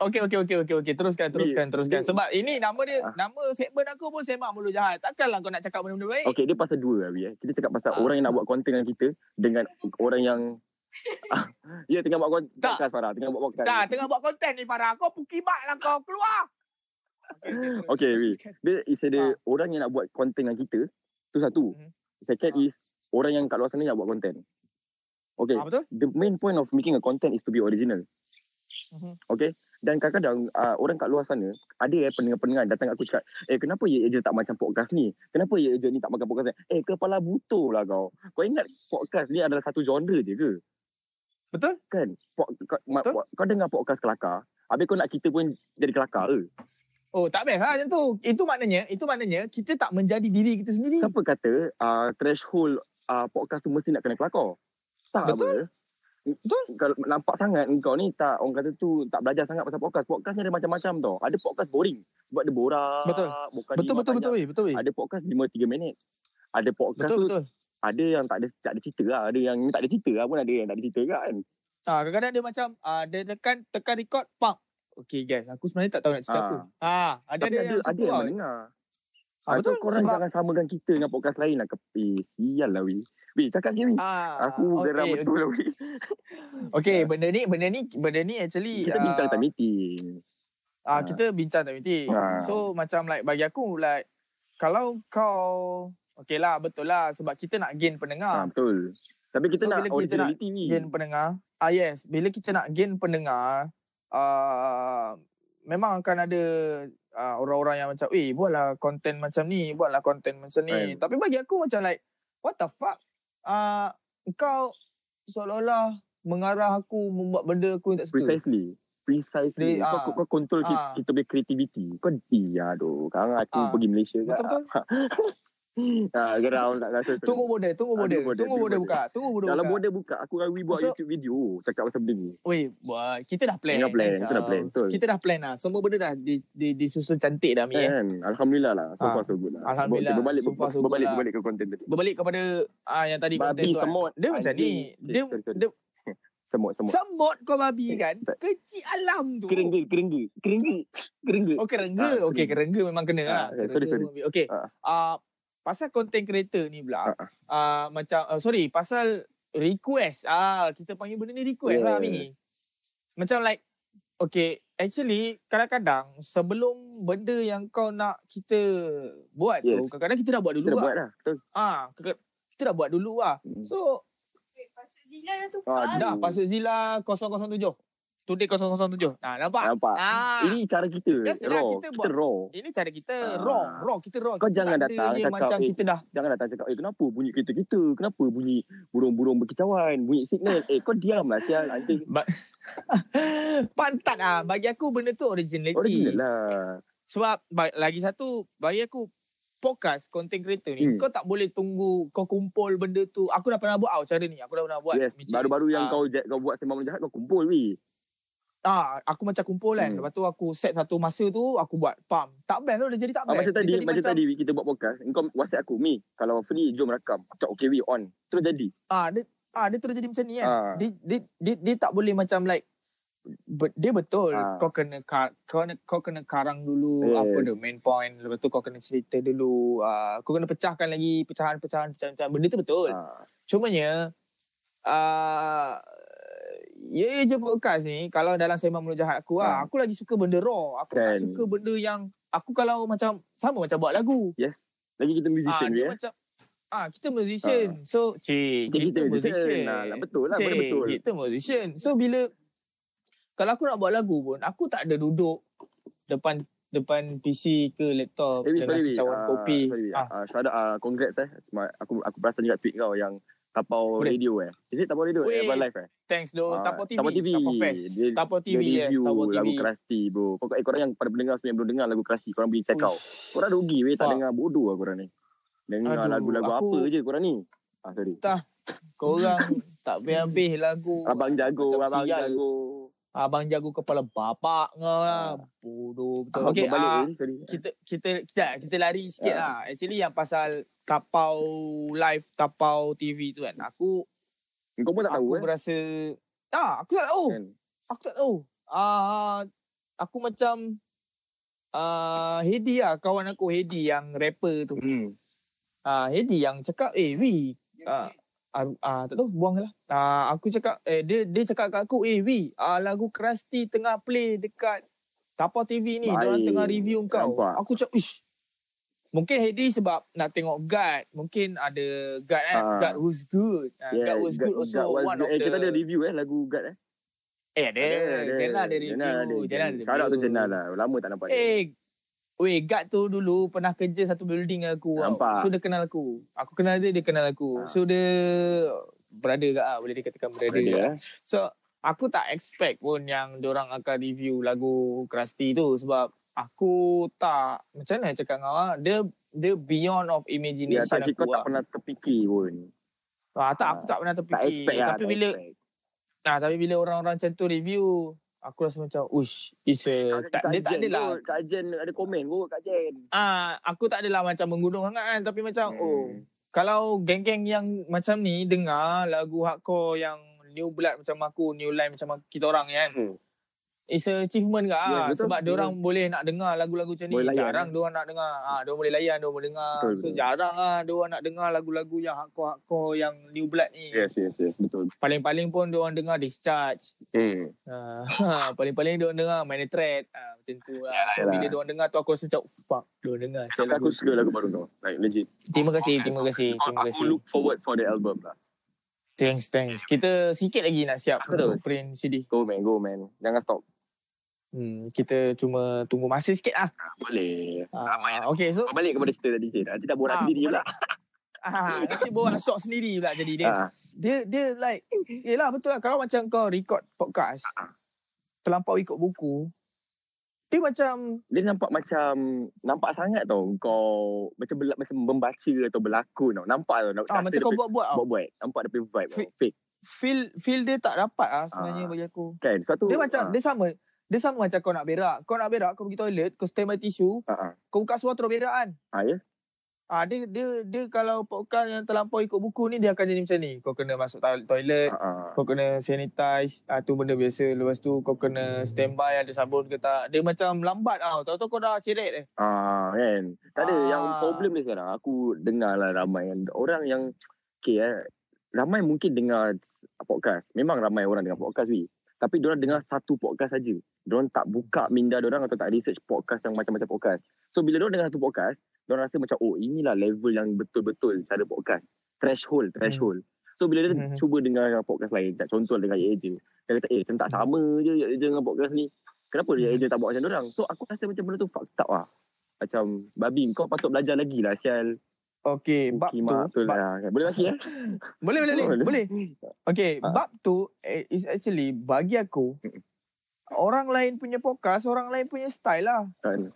[SPEAKER 3] Okey okey okey okey okey teruskan teruskan
[SPEAKER 4] Ni-
[SPEAKER 3] teruskan
[SPEAKER 4] ni-
[SPEAKER 3] sebab ini nama dia
[SPEAKER 4] Ah.
[SPEAKER 3] nama segmen aku pun semak mulut jahat. Takkanlah kau nak cakap benda-benda baik.
[SPEAKER 4] Okay, dia pasal dua lah we eh. Kita cakap pasal
[SPEAKER 3] Ah.
[SPEAKER 4] orang yang nak buat konten dengan kita dengan orang yang Ya tengah buat konten
[SPEAKER 3] Tak.
[SPEAKER 4] podcast Farah Tengah buat podcast
[SPEAKER 3] Dah tengah buat konten ni Farah. Kau pukibat lah kau keluar. Okey
[SPEAKER 4] Okay we
[SPEAKER 3] teruskan.
[SPEAKER 4] Dia is ada
[SPEAKER 3] Ah.
[SPEAKER 4] orang yang nak buat konten dengan kita Tu satu
[SPEAKER 3] Mhm.
[SPEAKER 4] Second
[SPEAKER 3] Ah.
[SPEAKER 4] is Orang yang kat luar sana yang buat konten Okay
[SPEAKER 3] Ah, betul?
[SPEAKER 4] the main point of making a content is to be original.
[SPEAKER 3] Mhm.
[SPEAKER 4] Okay? Dan kadang-kadang uh, orang kat luar sana, ada eh pendengar-pendengar datang kat aku cakap, eh kenapa ye je tak macam podcast ni? Kenapa ye je ni tak makan podcast ni? Eh kepala butuh lah kau. Kau ingat podcast ni adalah satu genre je ke?
[SPEAKER 3] Betul?
[SPEAKER 4] Kan? Po- kau, ma-
[SPEAKER 3] Betul.
[SPEAKER 4] po- kau dengar podcast kelakar, habis kau nak kita pun jadi kelakar ke?
[SPEAKER 3] Oh tak best lah macam tu. Itu maknanya itu maknanya kita tak menjadi diri kita sendiri.
[SPEAKER 4] Siapa kata uh, threshold uh, podcast tu mesti nak kena kelakar? Tak
[SPEAKER 3] Betul.
[SPEAKER 4] apa. Betul. Kalau nampak sangat kau ni tak orang kata tu tak belajar sangat pasal podcast. Podcast ni ada macam-macam tau. Ada podcast boring sebab dia borak.
[SPEAKER 3] Betul.
[SPEAKER 4] Bukan
[SPEAKER 3] Betul betul betul weh, betul weh.
[SPEAKER 4] Ada podcast 5 3 minit. Ada podcast
[SPEAKER 3] Betul
[SPEAKER 4] tu
[SPEAKER 3] betul.
[SPEAKER 4] ada yang tak ada tak ada cerita lah. Ada yang tak ada cerita lah pun ada yang tak ada cerita juga kan.
[SPEAKER 3] Ah, kadang-kadang dia macam ah, dia tekan tekan record pump. Okay guys, aku sebenarnya tak tahu nak cerita
[SPEAKER 4] Ah.
[SPEAKER 3] apa. Ah, ada ada
[SPEAKER 4] Tapi
[SPEAKER 3] yang
[SPEAKER 4] ada
[SPEAKER 3] lah.
[SPEAKER 4] ada
[SPEAKER 3] situ
[SPEAKER 4] yang
[SPEAKER 3] tau.
[SPEAKER 4] mendengar.
[SPEAKER 3] Ah, betul.
[SPEAKER 4] betul. Korang
[SPEAKER 3] Sebab-
[SPEAKER 4] jangan samakan kita dengan podcast lain lah. Ke- Eh, sial lah weh. Weh, cakap sikit weh.
[SPEAKER 3] Ah,
[SPEAKER 4] Aku geram
[SPEAKER 3] okay,
[SPEAKER 4] betul lah weh.
[SPEAKER 3] Okay, benda ni benda ni benda ni actually
[SPEAKER 4] Kita
[SPEAKER 3] ah,
[SPEAKER 4] bincang tak meeting.
[SPEAKER 3] Ah,
[SPEAKER 4] Ah.
[SPEAKER 3] kita bincang tak meeting.
[SPEAKER 4] Ah.
[SPEAKER 3] So macam like bagi aku like kalau kau Okay lah betul lah sebab kita nak gain
[SPEAKER 4] Ah,
[SPEAKER 3] pendengar.
[SPEAKER 4] betul. Tapi kita
[SPEAKER 3] So,
[SPEAKER 4] nak
[SPEAKER 3] bila kita
[SPEAKER 4] originality ni.
[SPEAKER 3] Gain pendengar. Ah yes, bila kita nak gain pendengar ah memang akan ada ah, orang-orang yang macam eh buatlah konten macam ni, buatlah konten macam ni.
[SPEAKER 4] Right.
[SPEAKER 3] Tapi bagi aku macam like what the fuck? Ah kau seolah-olah mengarah aku membuat benda aku yang tak suka.
[SPEAKER 4] Precisely. Precisely.
[SPEAKER 3] Dia-
[SPEAKER 4] kau,
[SPEAKER 3] ah.
[SPEAKER 4] kau, kau control kita,
[SPEAKER 3] Ah.
[SPEAKER 4] kita punya creativity. Kau dia aduh. Sekarang aku
[SPEAKER 3] Ah.
[SPEAKER 4] pergi Malaysia kat.
[SPEAKER 3] Betul-betul.
[SPEAKER 4] Ah, geram nak rasa.
[SPEAKER 3] Tunggu border, tunggu
[SPEAKER 4] Aduh,
[SPEAKER 3] border,
[SPEAKER 4] border,
[SPEAKER 3] tunggu
[SPEAKER 4] tunggu
[SPEAKER 3] border
[SPEAKER 4] border.
[SPEAKER 3] buka, tunggu border
[SPEAKER 4] Dalam
[SPEAKER 3] buka.
[SPEAKER 4] border buka, aku dengan Awi buat
[SPEAKER 3] So-
[SPEAKER 4] YouTube video cakap pasal benda ni.
[SPEAKER 3] Weh, buat. Kita dah plan.
[SPEAKER 4] Kita dah plan, kita dah plan, betul.
[SPEAKER 3] Kita dah plan lah. Semua benda dah di, di, disusun cantik dah, Mi. Eh.
[SPEAKER 4] Kan? Alhamdulillah lah. So
[SPEAKER 3] Ah.
[SPEAKER 4] far so good lah.
[SPEAKER 3] Alhamdulillah.
[SPEAKER 4] Berbalik,
[SPEAKER 3] So far so good
[SPEAKER 4] berbalik,
[SPEAKER 3] lah.
[SPEAKER 4] berbalik ke konten tadi.
[SPEAKER 3] Berbalik kepada ah, yang tadi
[SPEAKER 4] Babi
[SPEAKER 3] konten tu.
[SPEAKER 4] semut.
[SPEAKER 3] Kan. Dia macam ni.
[SPEAKER 4] Anjing.
[SPEAKER 3] Dia,
[SPEAKER 4] Sorry, sorry.
[SPEAKER 3] dia
[SPEAKER 4] Semut, semut.
[SPEAKER 3] semut kau babi kan.
[SPEAKER 4] Tak.
[SPEAKER 3] Kecil alam tu.
[SPEAKER 4] Kerenggi, kerenggi. Kerenggi. Kerenggi.
[SPEAKER 3] Oh, kerengga.
[SPEAKER 4] Ah,
[SPEAKER 3] Okey, kerengga memang kena
[SPEAKER 4] Ah,
[SPEAKER 3] lah.
[SPEAKER 4] okay, sorry,
[SPEAKER 3] Kerengga
[SPEAKER 4] sorry.
[SPEAKER 3] memang- Okey.
[SPEAKER 4] Ah.
[SPEAKER 3] Ah, pasal konten kereta ni pula.
[SPEAKER 4] Ah,
[SPEAKER 3] ah, macam, ah, sorry, pasal request. Ah, kita panggil benda ni request lah, Mi. Macam like, okay, actually, kadang-kadang sebelum benda yang kau nak kita buat tu,
[SPEAKER 4] Yes.
[SPEAKER 3] kadang-kadang kita dah buat dulu
[SPEAKER 4] Kita dah
[SPEAKER 3] lah.
[SPEAKER 4] buat lah. Betul.
[SPEAKER 3] Ah, ke- kita dah buat dulu lah.
[SPEAKER 4] Hmm.
[SPEAKER 3] So,
[SPEAKER 5] Wait, Pasut Zila dah tukar.
[SPEAKER 4] Ah,
[SPEAKER 3] dah Pasut Zila 007. Today 007. Nah, nampak?
[SPEAKER 4] Nampak?
[SPEAKER 3] Ah.
[SPEAKER 4] Ini cara kita.
[SPEAKER 3] Biasalah,
[SPEAKER 4] Raw.
[SPEAKER 3] kita
[SPEAKER 4] Kita,
[SPEAKER 3] buat-
[SPEAKER 4] raw.
[SPEAKER 3] Ini cara kita
[SPEAKER 4] Ah.
[SPEAKER 3] raw, raw kita raw.
[SPEAKER 4] Kau
[SPEAKER 3] Kita
[SPEAKER 4] jangan
[SPEAKER 3] tak ada
[SPEAKER 4] datang
[SPEAKER 3] je
[SPEAKER 4] cakap,
[SPEAKER 3] macam
[SPEAKER 4] "Eh,
[SPEAKER 3] kita dah.
[SPEAKER 4] Jangan datang cakap, eh kenapa bunyi kereta kita? Kenapa bunyi burung-burung berkicauan? Bunyi signal? Eh kau diam lah sial anjing.
[SPEAKER 3] Pantat ah bagi aku benda tu originality.
[SPEAKER 4] Original lah.
[SPEAKER 3] Sebab ba- lagi satu bagi aku podcast content creator ni
[SPEAKER 4] Hmm.
[SPEAKER 3] kau tak boleh tunggu kau kumpul benda tu. Aku dah pernah buat ah cara ni. Aku dah pernah buat.
[SPEAKER 4] yes,
[SPEAKER 3] Macam
[SPEAKER 4] baru-baru
[SPEAKER 3] ni.
[SPEAKER 4] yang
[SPEAKER 3] Ah,
[SPEAKER 4] kau je- kau buat sembang jahat kau kumpul weh.
[SPEAKER 3] ah aku macam kumpul kan.
[SPEAKER 4] Hmm.
[SPEAKER 3] Lepas tu aku set satu masa tu aku buat pam. Tak best tu dia jadi tak
[SPEAKER 4] Ah,
[SPEAKER 3] best.
[SPEAKER 4] macam
[SPEAKER 3] Dia
[SPEAKER 4] tadi,
[SPEAKER 3] jadi
[SPEAKER 4] macam, tadi weh, kita buat podcast. Kau WhatsApp aku, Mi, kalau free jom rakam. Aku cakap okay weh on. Terus jadi.
[SPEAKER 3] ah dia ah dia terus jadi macam ni kan.
[SPEAKER 4] Ah.
[SPEAKER 3] Dia, dia dia dia tak boleh macam like be- dia betul
[SPEAKER 4] Ah.
[SPEAKER 3] kau kena ka- kau kena, kau kena karang dulu
[SPEAKER 4] Yes.
[SPEAKER 3] apa the main point lepas tu kau kena cerita dulu ah kau kena pecahkan lagi pecahan-pecahan pecahan-pecahan benda tu betul.
[SPEAKER 4] Ah,
[SPEAKER 3] Cumanya ah Ya, ya je podcast ni kalau dalam segmen mulut jahat aku lah.
[SPEAKER 4] Ha.
[SPEAKER 3] Aku lagi suka benda raw. Aku tak
[SPEAKER 4] Kan.
[SPEAKER 3] suka benda yang aku kalau macam sama macam buat lagu.
[SPEAKER 4] Yes. Lagi kita
[SPEAKER 3] Ah,
[SPEAKER 4] musician
[SPEAKER 3] dia
[SPEAKER 4] je. eh.
[SPEAKER 3] macam Ah, kita musician. So, cik,
[SPEAKER 4] Kita- kita musician. Ah, lah, betul lah, benda
[SPEAKER 3] Cik,
[SPEAKER 4] betul.
[SPEAKER 3] Kita musician. So, bila kalau aku nak buat lagu pun, aku tak ada duduk depan depan PC ke laptop
[SPEAKER 4] Eh, Wee,
[SPEAKER 3] dengan
[SPEAKER 4] sorry, Wee.
[SPEAKER 3] secawan
[SPEAKER 4] Ah,
[SPEAKER 3] kopi.
[SPEAKER 4] Sorry, Wee.
[SPEAKER 3] Ah,
[SPEAKER 4] Ah, Syuada, ah, congrats eh. Cuma Aku aku perasan juga tweet kau yang tapau
[SPEAKER 3] Boleh.
[SPEAKER 4] radio eh. Is it tapau radio?
[SPEAKER 3] Weh.
[SPEAKER 4] Eh, abang live eh?
[SPEAKER 3] thanks doh.
[SPEAKER 4] Ah,
[SPEAKER 3] Tapo TV.
[SPEAKER 4] Tapau TV.
[SPEAKER 3] Tapo Fest.
[SPEAKER 4] Dia,
[SPEAKER 3] Tapo
[SPEAKER 4] dia
[SPEAKER 3] TV, yes.
[SPEAKER 4] review
[SPEAKER 3] Tapo TV.
[SPEAKER 4] lagu Kerasti bro. Kau, eh, korang yang pada pendengar semua yang belum dengar lagu Kerasti, korang boleh check out.
[SPEAKER 3] Uish.
[SPEAKER 4] Korang rugi weh, tak
[SPEAKER 3] Fuck.
[SPEAKER 4] dengar bodoh lah korang ni. Dengar
[SPEAKER 3] Aduh,
[SPEAKER 4] lagu-lagu apa
[SPEAKER 3] aku-
[SPEAKER 4] je korang ni. Ah, sorry.
[SPEAKER 3] Korang tak habis-habis lagu.
[SPEAKER 4] Abang jago,
[SPEAKER 3] Oh, Macam
[SPEAKER 4] abang
[SPEAKER 3] sial.
[SPEAKER 4] jago.
[SPEAKER 3] Abang jago kepala bapak ngah.
[SPEAKER 4] Ah.
[SPEAKER 3] Bodoh betul.
[SPEAKER 4] Ah,
[SPEAKER 3] Okey,
[SPEAKER 4] berbalik,
[SPEAKER 3] ah,
[SPEAKER 4] eh, sorry.
[SPEAKER 3] kita kita kita kita lari sikit
[SPEAKER 4] Ah.
[SPEAKER 3] lah. Actually yang pasal tapau live, tapau TV tu kan. Aku
[SPEAKER 4] Kau pun tak tahu
[SPEAKER 3] aku
[SPEAKER 4] eh.
[SPEAKER 3] berasa ah aku tak tahu.
[SPEAKER 4] Kan?
[SPEAKER 3] Aku tak tahu. Ah aku macam ah Hedi lah kawan aku Hedi yang rapper tu.
[SPEAKER 4] Hmm.
[SPEAKER 3] Ah Hedi yang cakap eh we ah ah, ah tak tahu buang je lah. Ah aku cakap eh dia dia cakap kat aku eh we ah lagu Krusty tengah play dekat Tapau TV ni.
[SPEAKER 4] Baik.
[SPEAKER 3] Diorang tengah review kau.
[SPEAKER 4] Nampak.
[SPEAKER 3] Aku cakap ish Mungkin Hedi sebab nak tengok guard. Mungkin ada guard kan.
[SPEAKER 4] Ah.
[SPEAKER 3] Guard was good. Ah,
[SPEAKER 4] Yeah,
[SPEAKER 3] guard was
[SPEAKER 4] God-
[SPEAKER 3] good also.
[SPEAKER 4] God was
[SPEAKER 3] one
[SPEAKER 4] good.
[SPEAKER 3] of
[SPEAKER 4] Eh,
[SPEAKER 3] the...
[SPEAKER 4] kita ada review eh lagu God eh.
[SPEAKER 3] Eh ada. Jenna ada review. Jenna ada review.
[SPEAKER 4] Shout out tu Jenna lah. Lama tak nampak dia.
[SPEAKER 3] Eh, weh Gad tu dulu pernah kerja satu building dengan aku. tau.
[SPEAKER 4] Nampak.
[SPEAKER 3] So dia kenal aku. Aku kenal dia, dia kenal aku.
[SPEAKER 4] Ha.
[SPEAKER 3] So dia brother kat ah, boleh dikatakan brother.
[SPEAKER 4] Dia, eh.
[SPEAKER 3] So aku tak expect pun yang orang akan review lagu Krusty tu sebab aku tak macam mana cakap dengan awak dia dia beyond of
[SPEAKER 4] Ya,
[SPEAKER 3] imagination
[SPEAKER 4] tak
[SPEAKER 3] aku.
[SPEAKER 4] kau tak
[SPEAKER 3] Tak,
[SPEAKER 4] pernah terfikir pun.
[SPEAKER 3] ah, tak aku tak pernah terfikir.
[SPEAKER 4] Tak expect lah.
[SPEAKER 3] tapi
[SPEAKER 4] tak
[SPEAKER 3] bila
[SPEAKER 4] expect.
[SPEAKER 3] nah, tapi bila orang-orang macam tu review aku rasa macam ush is a, Eh, tak,
[SPEAKER 4] Kak
[SPEAKER 3] dia tak
[SPEAKER 4] Jen
[SPEAKER 3] adalah
[SPEAKER 4] kot, Kak Jen ada komen kot Kak Jen.
[SPEAKER 3] ah aku tak adalah macam menggunung sangat kan tapi macam
[SPEAKER 4] Hmm.
[SPEAKER 3] hmm. oh kalau geng-geng yang macam ni dengar lagu hardcore yang new blood macam aku new line macam aku- kita orang ni kan
[SPEAKER 4] Hmm.
[SPEAKER 3] hmm. It's a achievement ke
[SPEAKER 4] Ya,
[SPEAKER 3] yeah,
[SPEAKER 4] betul.
[SPEAKER 3] sebab dia orang boleh nak dengar lagu-lagu macam ni.
[SPEAKER 4] Boleh layan,
[SPEAKER 3] jarang dia orang nak dengar. Ah ha, dia boleh layan, dia boleh dengar.
[SPEAKER 4] Betul,
[SPEAKER 3] so
[SPEAKER 4] betul.
[SPEAKER 3] jarang ah dia orang nak dengar lagu-lagu yang hardcore-hardcore yang new blood ni.
[SPEAKER 4] Yes, yes, yes. Betul.
[SPEAKER 3] Paling-paling pun dia orang dengar discharge.
[SPEAKER 4] Hmm.
[SPEAKER 3] Ah, paling-paling dia orang dengar main thread. Ah, macam tu lah. So
[SPEAKER 4] Yalah.
[SPEAKER 3] bila dia orang dengar tu aku rasa macam fuck dia orang dengar. Saya
[SPEAKER 4] Ya, Aku suka lagu baru kau. Like legit.
[SPEAKER 3] Terima kasih, terima kasih, terima
[SPEAKER 4] Aku
[SPEAKER 3] kasih.
[SPEAKER 4] look forward for the album lah.
[SPEAKER 3] Thanks, thanks. Kita sikit lagi nak siap
[SPEAKER 4] Aku
[SPEAKER 3] untuk print CD.
[SPEAKER 4] Go man, go man. Jangan stop.
[SPEAKER 3] Hmm, kita cuma tunggu masa sikit lah.
[SPEAKER 4] Boleh.
[SPEAKER 3] Ah, okay, so
[SPEAKER 4] Kau balik kepada cerita tadi Zain. Nanti dah borak
[SPEAKER 3] Ah,
[SPEAKER 4] sendiri pula.
[SPEAKER 3] ah, nanti bawa nak shock sendiri pula jadi dia.
[SPEAKER 4] Ah,
[SPEAKER 3] Dia dia like, yelah betul lah. Kalau macam kau record podcast,
[SPEAKER 4] Ah,
[SPEAKER 3] terlampau ikut buku, dia macam,
[SPEAKER 4] Dia nampak macam nampak sangat tau kau macam bela, macam membaca atau berlakon tau. Nampak tau. Nampak,
[SPEAKER 3] ah, macam kau buat-buat tau.
[SPEAKER 4] buat. Nampak dia punya vibe tau.
[SPEAKER 3] Fi-
[SPEAKER 4] Fake
[SPEAKER 3] Feel, feel dia tak dapat lah sebenarnya
[SPEAKER 4] Ah.
[SPEAKER 3] bagi aku.
[SPEAKER 4] kan. Suatu
[SPEAKER 3] Dia macam,
[SPEAKER 4] ah,
[SPEAKER 3] dia sama. Dia sama macam kau nak berak. Kau nak berak, kau pergi toilet, kau stand by tisu,
[SPEAKER 4] ah, ah.
[SPEAKER 3] kau buka suara terus berak kan.
[SPEAKER 4] Ah, ya.
[SPEAKER 3] Ah dia dia dia kalau podcast yang terlampau ikut buku ni dia akan jadi macam ni. Kau kena masuk to- toilet,
[SPEAKER 4] Ah, ah.
[SPEAKER 3] kau kena sanitize, ah tu benda biasa. Lepas tu kau kena standby ada sabun ke tak. Dia macam lambat tau. Tahu-tahu kau dah ceret eh.
[SPEAKER 4] Ah kan. Tak ada
[SPEAKER 3] Ah.
[SPEAKER 4] yang problem ni sekarang. Aku dengar lah ramai kan. Orang yang okay eh. Ramai mungkin dengar podcast. Memang ramai orang dengar podcast ni. Tapi diorang dengar satu podcast saja. Diorang tak buka minda diorang atau tak research podcast yang macam-macam podcast. So bila diorang dengar satu podcast, diorang rasa macam oh inilah level yang betul-betul cara podcast. Threshold, threshold. So bila dia
[SPEAKER 3] Mhm.
[SPEAKER 4] cuba dengar dengan podcast lain, tak contoh dengan Ye je. Dia kata eh macam tak sama je Ye je dengan podcast ni. Kenapa
[SPEAKER 3] Mm-hmm.
[SPEAKER 4] dia je tak buat macam orang? So aku rasa macam benda tu fucked up lah. Macam babi kau patut belajar lagi lah sial.
[SPEAKER 3] Okey, bab tu.
[SPEAKER 4] Kimak tu
[SPEAKER 3] bab,
[SPEAKER 4] lah. Boleh lagi eh?
[SPEAKER 3] boleh boleh boleh.
[SPEAKER 4] Boleh.
[SPEAKER 3] boleh. Okey,
[SPEAKER 4] Ah.
[SPEAKER 3] bab tu eh, is actually bagi aku orang lain punya podcast, orang lain punya style lah.
[SPEAKER 4] Kan?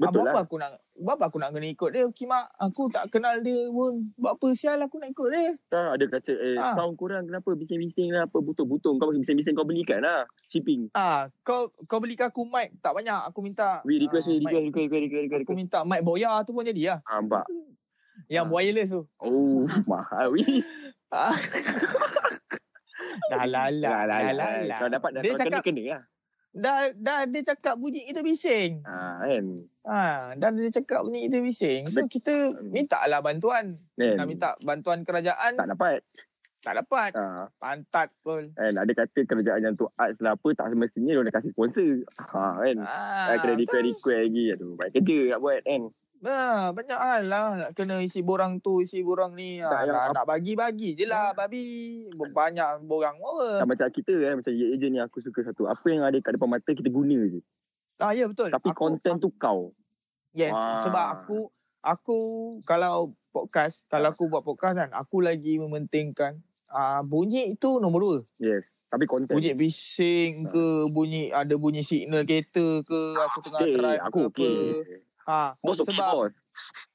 [SPEAKER 3] Betul apa
[SPEAKER 4] Betul lah.
[SPEAKER 3] aku nak buat apa aku nak kena ikut dia? Kimak aku tak kenal dia pun. Buat apa sial aku nak ikut dia?
[SPEAKER 4] Tak ada kaca eh,
[SPEAKER 3] Ah.
[SPEAKER 4] sound kurang kenapa bising-bising lah apa butuh-butuh kau bising-bising kau belikan lah shipping.
[SPEAKER 3] Ah, kau kau belikan aku mic tak banyak. Aku minta
[SPEAKER 4] We request,
[SPEAKER 3] ah,
[SPEAKER 4] we
[SPEAKER 3] mic-
[SPEAKER 4] request, request, request, request, request.
[SPEAKER 3] Aku minta mic boya tu pun jadi lah.
[SPEAKER 4] Ah, nampak.
[SPEAKER 3] Yang
[SPEAKER 4] Ah.
[SPEAKER 3] wireless tu.
[SPEAKER 4] Oh, mahal. Wih.
[SPEAKER 3] Ah. dah lala.
[SPEAKER 4] Alah,
[SPEAKER 3] Dah
[SPEAKER 4] alah,
[SPEAKER 3] lala.
[SPEAKER 4] Kalau dapat lah, dah,
[SPEAKER 3] Dia
[SPEAKER 4] kalau
[SPEAKER 3] cakap-
[SPEAKER 4] kena-kena lah.
[SPEAKER 3] Dah, dah dia cakap bunyi kita bising.
[SPEAKER 4] Ah, kan.
[SPEAKER 3] Ha, dah dia cakap bunyi kita bising. So
[SPEAKER 4] Bet-
[SPEAKER 3] kita minta lah bantuan.
[SPEAKER 4] Kan?
[SPEAKER 3] Nak minta bantuan kerajaan.
[SPEAKER 4] Tak dapat.
[SPEAKER 3] Tak dapat.
[SPEAKER 4] Ha.
[SPEAKER 3] Pantat pun.
[SPEAKER 4] Kan? Ada kata kerajaan yang tu arts lah apa tak semestinya dia nak kasih sponsor. Ha kan.
[SPEAKER 3] Ah,
[SPEAKER 4] Ha, kena request request lagi. Aduh, banyak kerja nak buat kan.
[SPEAKER 3] Ha, banyak hal lah. Nak kena isi borang tu, isi borang ni.
[SPEAKER 4] Tak,
[SPEAKER 3] Ha, nak,
[SPEAKER 4] yang apa- Hmm.
[SPEAKER 3] nak bagi-bagi je lah, babi. Banyak borang
[SPEAKER 4] Tak
[SPEAKER 3] orang.
[SPEAKER 4] macam kita kan macam ye je ni aku suka satu. Apa yang ada kat depan mata kita guna je.
[SPEAKER 3] Ah, ya, betul.
[SPEAKER 4] Tapi
[SPEAKER 3] Aku-
[SPEAKER 4] konten tu kau.
[SPEAKER 3] Yes,
[SPEAKER 4] Wah.
[SPEAKER 3] sebab aku aku kalau podcast, kalau aku buat podcast kan, aku lagi mementingkan uh, bunyi itu nombor dua.
[SPEAKER 4] Yes. Tapi konten.
[SPEAKER 3] Bunyi bising ke, bunyi ada bunyi signal kereta ke, aku tengah
[SPEAKER 4] Okey,
[SPEAKER 3] drive
[SPEAKER 4] aku
[SPEAKER 3] ke
[SPEAKER 4] okey.
[SPEAKER 3] Ha,
[SPEAKER 4] Bos okey
[SPEAKER 3] sebab
[SPEAKER 4] bos.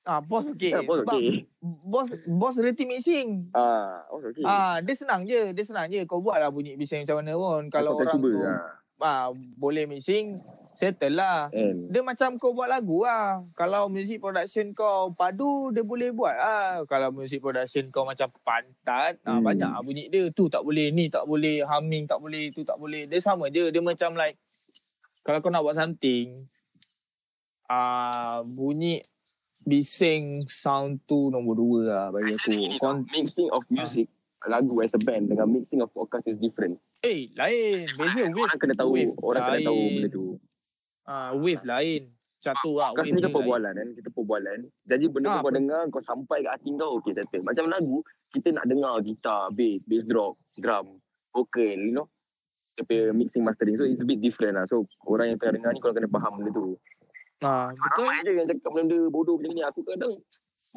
[SPEAKER 3] ah bos okey.
[SPEAKER 4] Ya, bos
[SPEAKER 3] sebab
[SPEAKER 4] okey.
[SPEAKER 3] bos bos reti mixing.
[SPEAKER 4] Ah, bos okey.
[SPEAKER 3] Ah, dia senang je, dia senang je. Kau buatlah bunyi bising macam mana pun. Kalau
[SPEAKER 4] Kau akan
[SPEAKER 3] orang
[SPEAKER 4] cuba,
[SPEAKER 3] tu
[SPEAKER 4] ha.
[SPEAKER 3] ah boleh mixing, settle lah.
[SPEAKER 4] Kan?
[SPEAKER 3] Dia macam kau buat lagu lah. Kalau music production kau padu, dia boleh buat lah. Kalau music production kau macam pantat, hmm. ah,
[SPEAKER 4] Hmm.
[SPEAKER 3] banyak lah bunyi dia. Tu tak boleh, ni tak boleh, humming tak boleh, tu tak boleh. Dia sama je. Dia macam like, kalau kau nak buat something, ah, bunyi bising sound tu nombor dua lah bagi
[SPEAKER 4] Actually,
[SPEAKER 3] aku.
[SPEAKER 4] gini tau,
[SPEAKER 3] Kon-
[SPEAKER 4] mixing of music lagu as a band dengan mixing of podcast is different.
[SPEAKER 3] eh, lain. Beza wave.
[SPEAKER 4] Orang kena tahu,
[SPEAKER 3] wave
[SPEAKER 4] orang kena tahu
[SPEAKER 3] lain.
[SPEAKER 4] benda tu.
[SPEAKER 3] Ah, wave lain. Satu lah. wave
[SPEAKER 4] Podcast ni kan
[SPEAKER 3] dia lain.
[SPEAKER 4] perbualan kan, kita perbualan. Jadi benda
[SPEAKER 3] Ah,
[SPEAKER 4] ha, kau
[SPEAKER 3] per-
[SPEAKER 4] dengar, kau sampai kat hati kau, okay settle. Macam lagu, kita nak dengar gitar, bass, bass drop, drum, vocal, you know. Tapi mixing mastering so it's a bit different lah. So orang yang tengah dengar ni kau kena faham benda tu.
[SPEAKER 3] Ah, betul.
[SPEAKER 4] Ramai je yang cakap benda bodoh macam ni. Aku kadang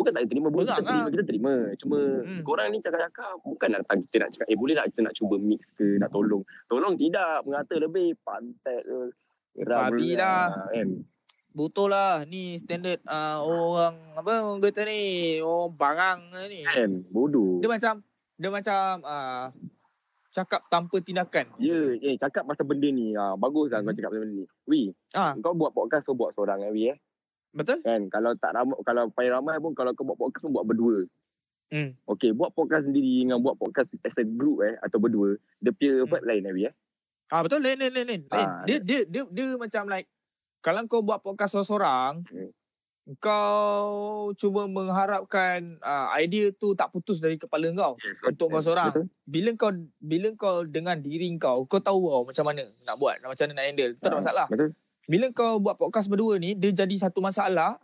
[SPEAKER 4] bukan tak terima, boleh kita
[SPEAKER 3] Berat
[SPEAKER 4] terima,
[SPEAKER 3] lah.
[SPEAKER 4] kita terima. Cuma
[SPEAKER 3] Hmm.
[SPEAKER 4] hmm. korang ni cakap-cakap, bukan nak tak kita nak cakap, eh boleh tak kita nak cuba mix ke, nak tolong. Tolong tidak, mengata lebih, pantat ke. geram
[SPEAKER 3] Babi
[SPEAKER 4] ke,
[SPEAKER 3] lah.
[SPEAKER 4] Kan?
[SPEAKER 3] Betul lah ni standard uh, orang apa orang kata ni orang barang lah ni.
[SPEAKER 4] kan? Bodoh.
[SPEAKER 3] Dia macam dia macam uh, cakap tanpa tindakan.
[SPEAKER 4] Ya, eh cakap pasal benda ni. Ha, bagus lah kau cakap pasal benda ni. Wi,
[SPEAKER 3] Mhm. Ah,
[SPEAKER 4] kau buat podcast kau buat seorang eh, Wi eh.
[SPEAKER 3] betul?
[SPEAKER 4] Kan? Kalau tak ramai, kalau paling ramai pun kalau kau buat podcast pun buat berdua.
[SPEAKER 3] Hmm.
[SPEAKER 4] Okay, buat podcast sendiri dengan buat podcast as a group eh atau berdua, dia punya
[SPEAKER 3] Hmm.
[SPEAKER 4] vibe lain eh, Wi eh.
[SPEAKER 3] Ah betul lain lain lain. lain.
[SPEAKER 4] Ah.
[SPEAKER 3] Dia, dia dia dia macam like kalau kau buat podcast seorang
[SPEAKER 4] Hmm.
[SPEAKER 3] kau cuba mengharapkan uh, idea tu tak putus dari kepala kau.
[SPEAKER 4] Yes,
[SPEAKER 3] Untuk kau seorang.
[SPEAKER 4] Betul?
[SPEAKER 3] Bila kau bila kau dengan diri kau, kau tahu kau macam mana nak buat, macam mana nak handle. Tak ada
[SPEAKER 4] Ah,
[SPEAKER 3] masalah.
[SPEAKER 4] Betul?
[SPEAKER 3] bila kau buat podcast berdua ni dia jadi satu masalah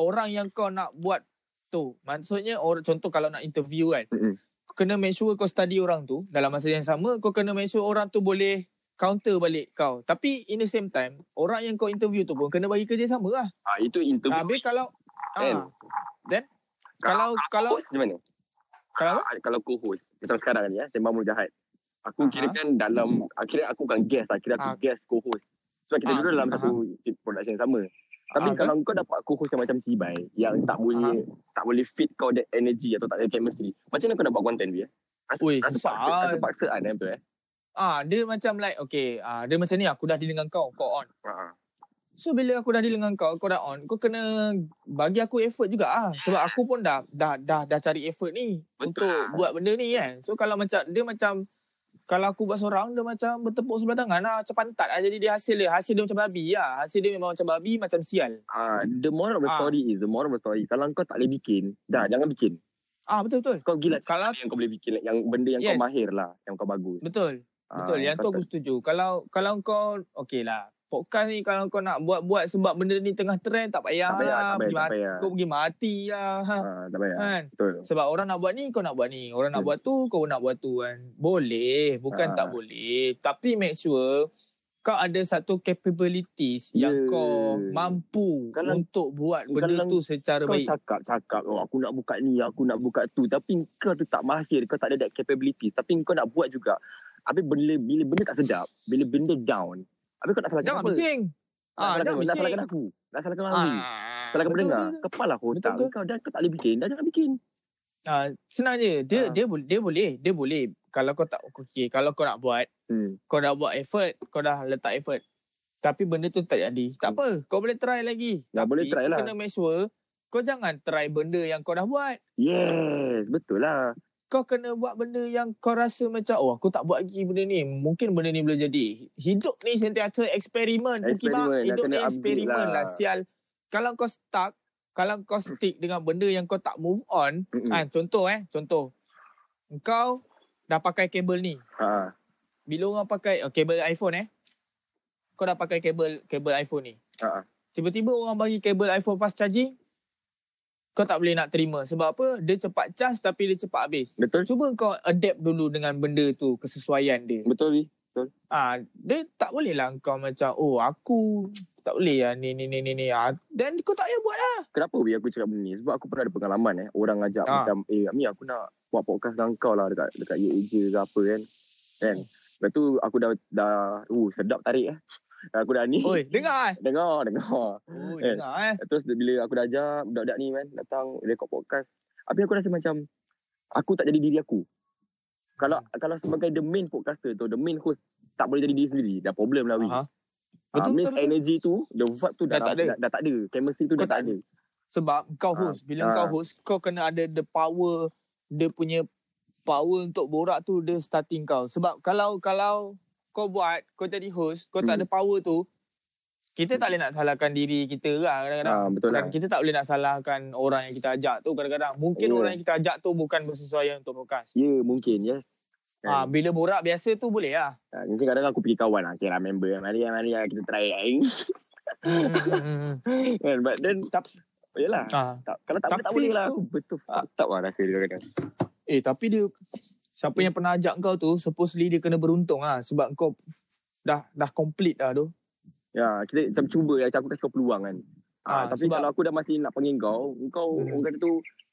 [SPEAKER 3] orang yang kau nak buat tu maksudnya orang contoh kalau nak interview kan
[SPEAKER 4] Mm-mm.
[SPEAKER 3] kau kena make sure kau study orang tu dalam masa yang sama kau kena make sure orang tu boleh counter balik kau tapi in the same time orang yang kau interview tu pun kena bagi kerja sama lah
[SPEAKER 4] Ah, itu interview.
[SPEAKER 3] habis kalau
[SPEAKER 4] Kan?
[SPEAKER 3] ah, kalau kalau
[SPEAKER 4] host macam mana?
[SPEAKER 3] kalau
[SPEAKER 4] Ah, Kalau co-host macam sekarang ni eh, Sembang Mulut Jahat. Aku
[SPEAKER 3] Aha. Hmm.
[SPEAKER 4] kira kan dalam akhirnya aku bukan guest, lah. kira
[SPEAKER 3] Ah.
[SPEAKER 4] aku guest co-host. Sebab
[SPEAKER 3] Ah,
[SPEAKER 4] kita duduk dalam
[SPEAKER 3] aha.
[SPEAKER 4] satu production yang sama. Tapi
[SPEAKER 3] Ah,
[SPEAKER 4] kalau kau dapat co-host yang macam Cibai yang tak boleh tak boleh fit kau that energy atau tak ada chemistry. Macam mana kau nak buat content dia? Rasa,
[SPEAKER 3] Oi,
[SPEAKER 4] rasa
[SPEAKER 3] susah. kan.
[SPEAKER 4] paksa, rasa paksaan eh betul eh.
[SPEAKER 3] ah dia macam like okay ah dia macam ni aku dah deal dengan kau kau on
[SPEAKER 4] Ha.
[SPEAKER 3] So bila aku dah deal dengan kau, kau dah on, kau kena bagi aku effort juga ah. Sebab aku pun dah dah dah dah cari effort ni untuk
[SPEAKER 4] Betul lah.
[SPEAKER 3] buat benda ni kan. So kalau macam dia macam kalau aku buat seorang dia macam bertepuk sebelah tangan lah macam pantat lah. Jadi dia hasil dia, hasil dia macam babi lah. Hasil dia memang macam babi, macam sial.
[SPEAKER 4] Ah, the moral of the
[SPEAKER 3] Ah.
[SPEAKER 4] story is the moral of the story. Kalau kau tak boleh bikin, dah jangan bikin.
[SPEAKER 3] Ah betul betul.
[SPEAKER 4] Kau gila
[SPEAKER 3] Kalau
[SPEAKER 4] yang kau boleh bikin yang benda yang
[SPEAKER 3] Yes.
[SPEAKER 4] kau mahir lah, yang kau bagus.
[SPEAKER 3] betul. Betul,
[SPEAKER 4] Ah,
[SPEAKER 3] yang tu
[SPEAKER 4] kau
[SPEAKER 3] aku setuju. Kalau kalau kau okey lah. Podcast ni kalau kau nak buat-buat sebab benda ni tengah trend tak payah.
[SPEAKER 4] Tak payah, tak payah,
[SPEAKER 3] pergi
[SPEAKER 4] tak
[SPEAKER 3] mati-
[SPEAKER 4] payah.
[SPEAKER 3] Kau pergi mati lah. Ha,
[SPEAKER 4] Ah, tak payah.
[SPEAKER 3] Kan?
[SPEAKER 4] Betul.
[SPEAKER 3] Sebab orang nak buat ni, kau nak buat ni. Orang nak
[SPEAKER 4] Hmm.
[SPEAKER 3] buat tu, kau nak buat tu kan. Boleh. Bukan
[SPEAKER 4] Ah.
[SPEAKER 3] tak boleh. Tapi make sure kau ada satu capabilities yang
[SPEAKER 4] Yeah.
[SPEAKER 3] kau mampu
[SPEAKER 4] Ya. Kalau-
[SPEAKER 3] untuk buat benda
[SPEAKER 4] kalau
[SPEAKER 3] tu secara
[SPEAKER 4] Kau
[SPEAKER 3] baik.
[SPEAKER 4] cakap cakap oh aku nak buka ni aku nak buka tu tapi kau tu tak mahir kau tak ada that capabilities tapi kau nak buat juga. Habis bila bila benda tak sedap, bila benda down, habis kau nak salahkan
[SPEAKER 3] Jangan
[SPEAKER 4] apa?
[SPEAKER 3] bising.
[SPEAKER 4] Nak
[SPEAKER 3] Ah,
[SPEAKER 4] salahkan
[SPEAKER 3] jangan
[SPEAKER 4] apa? Nak
[SPEAKER 3] bising.
[SPEAKER 4] salahkan aku. Nak salahkan orang lain.
[SPEAKER 3] Ah,
[SPEAKER 4] Salahkan
[SPEAKER 3] betul,
[SPEAKER 4] pendengar.
[SPEAKER 3] betul, betul.
[SPEAKER 4] Kepala
[SPEAKER 3] Betul,
[SPEAKER 4] otak
[SPEAKER 3] betul.
[SPEAKER 4] kau dah kau tak boleh bikin, dah jangan bikin.
[SPEAKER 3] Ah, senang je. Dia
[SPEAKER 4] Ah.
[SPEAKER 3] dia boleh dia boleh, dia boleh. Kalau kau tak okey, kalau kau nak buat,
[SPEAKER 4] Hmm.
[SPEAKER 3] kau dah buat effort, kau dah letak effort. Tapi benda tu tak jadi. Tak apa, kau boleh try lagi. Tapi
[SPEAKER 4] Ya, Hmm. boleh try
[SPEAKER 3] kau
[SPEAKER 4] lah.
[SPEAKER 3] kena make sure kau jangan try benda yang kau dah buat.
[SPEAKER 4] Yes, betul lah.
[SPEAKER 3] Kau kena buat benda yang kau rasa macam oh aku tak buat lagi benda ni. Mungkin benda ni boleh jadi. Hidup ni sentiasa eksperimen. Puki
[SPEAKER 4] Eksperimen,
[SPEAKER 3] Mak.
[SPEAKER 4] nak
[SPEAKER 3] Hidup
[SPEAKER 4] kena
[SPEAKER 3] ni
[SPEAKER 4] upgrade
[SPEAKER 3] eksperimen lah.
[SPEAKER 4] lah.
[SPEAKER 3] sial. Kalau kau stuck, kalau kau
[SPEAKER 4] Hmm.
[SPEAKER 3] stick dengan benda yang kau tak move on, kan?
[SPEAKER 4] Mm-mm.
[SPEAKER 3] Ah, contoh eh, contoh. Engkau dah pakai kabel ni.
[SPEAKER 4] Ha.
[SPEAKER 3] Bila orang pakai oh, kabel iPhone eh. Kau dah pakai kabel kabel iPhone ni.
[SPEAKER 4] Ha.
[SPEAKER 3] Tiba-tiba orang bagi kabel iPhone fast charging. Kau tak boleh nak terima. Sebab apa? Dia cepat charge tapi dia cepat habis.
[SPEAKER 4] Betul?
[SPEAKER 3] Cuba kau adapt dulu dengan benda tu. Kesesuaian dia.
[SPEAKER 4] Betul Bi?
[SPEAKER 3] Ah, dia tak boleh lah kau macam oh aku tak boleh lah ni ni ni ni ni. Ah, dan kau tak payah buat lah.
[SPEAKER 4] Kenapa Bi aku cakap benda ni? Sebab aku pernah ada pengalaman eh. Orang ajak
[SPEAKER 3] Ah.
[SPEAKER 4] macam, eh Ami aku nak buat podcast dengan kau lah dekat, dekat UAJ ke apa kan. Kan?
[SPEAKER 3] Hmm.
[SPEAKER 4] Lepas tu aku dah, dah uh, sedap tarik eh. Aku dah ni.
[SPEAKER 3] Oi, dengar eh.
[SPEAKER 4] Dengar, dengar.
[SPEAKER 3] Oh,
[SPEAKER 4] Eh.
[SPEAKER 3] dengar eh.
[SPEAKER 4] Terus bila aku dah ajak budak-budak ni kan datang record podcast. Tapi aku rasa macam aku tak jadi diri aku. Kalau
[SPEAKER 3] Hmm.
[SPEAKER 4] kalau sebagai the main podcaster tu, the main host tak boleh jadi diri sendiri. Dah problem lah.
[SPEAKER 3] Aha.
[SPEAKER 4] Uh-huh.
[SPEAKER 3] Betul,
[SPEAKER 4] Betul,
[SPEAKER 3] betul,
[SPEAKER 4] uh,
[SPEAKER 3] betul.
[SPEAKER 4] energy tu, the vibe tu dah, dah, tak, ada. Dah, dah tak ada. Chemistry tu
[SPEAKER 3] Kau
[SPEAKER 4] dah tak
[SPEAKER 3] tak
[SPEAKER 4] ada.
[SPEAKER 3] Sebab kau
[SPEAKER 4] Ah,
[SPEAKER 3] host. Bila
[SPEAKER 4] ah.
[SPEAKER 3] kau host, kau kena ada the power. Dia punya power untuk borak tu dia starting kau. Sebab kalau kalau kau buat, kau jadi host, kau tak ada
[SPEAKER 4] Hmm.
[SPEAKER 3] power tu, kita tak boleh nak salahkan diri kita lah kadang-kadang.
[SPEAKER 4] Ha, betul lah.
[SPEAKER 3] Kadang kita tak boleh nak salahkan orang yang kita ajak tu kadang-kadang. Mungkin
[SPEAKER 4] Ya.
[SPEAKER 3] orang yang kita ajak tu bukan bersesuaian untuk podcast.
[SPEAKER 4] Ya, yeah, mungkin. Yes.
[SPEAKER 3] Ah,
[SPEAKER 4] Kan?
[SPEAKER 3] bila borak biasa tu boleh lah.
[SPEAKER 4] Ha, mungkin kadang aku pergi kawan lah. Okay lah member. Mari lah, mari lah. Kita try. kan? But then, tak, yelah.
[SPEAKER 3] ah.
[SPEAKER 4] Tak, kalau tak boleh, tak
[SPEAKER 3] Tapi
[SPEAKER 4] boleh lah.
[SPEAKER 3] tu-
[SPEAKER 4] Betul.
[SPEAKER 3] Ah.
[SPEAKER 4] Fucked up lah rasa dia kadang.
[SPEAKER 3] Eh tapi dia siapa yang pernah ajak kau tu supposedly dia kena beruntung lah sebab kau dah dah complete dah tu.
[SPEAKER 4] Ya, kita macam cuba lah. Macam aku kasih kau peluang kan.
[SPEAKER 3] Ah,
[SPEAKER 4] Ah, tapi
[SPEAKER 3] sebab-
[SPEAKER 4] kalau aku dah masih nak panggil kau, kau
[SPEAKER 3] Hmm.
[SPEAKER 4] hmm. orang kata tu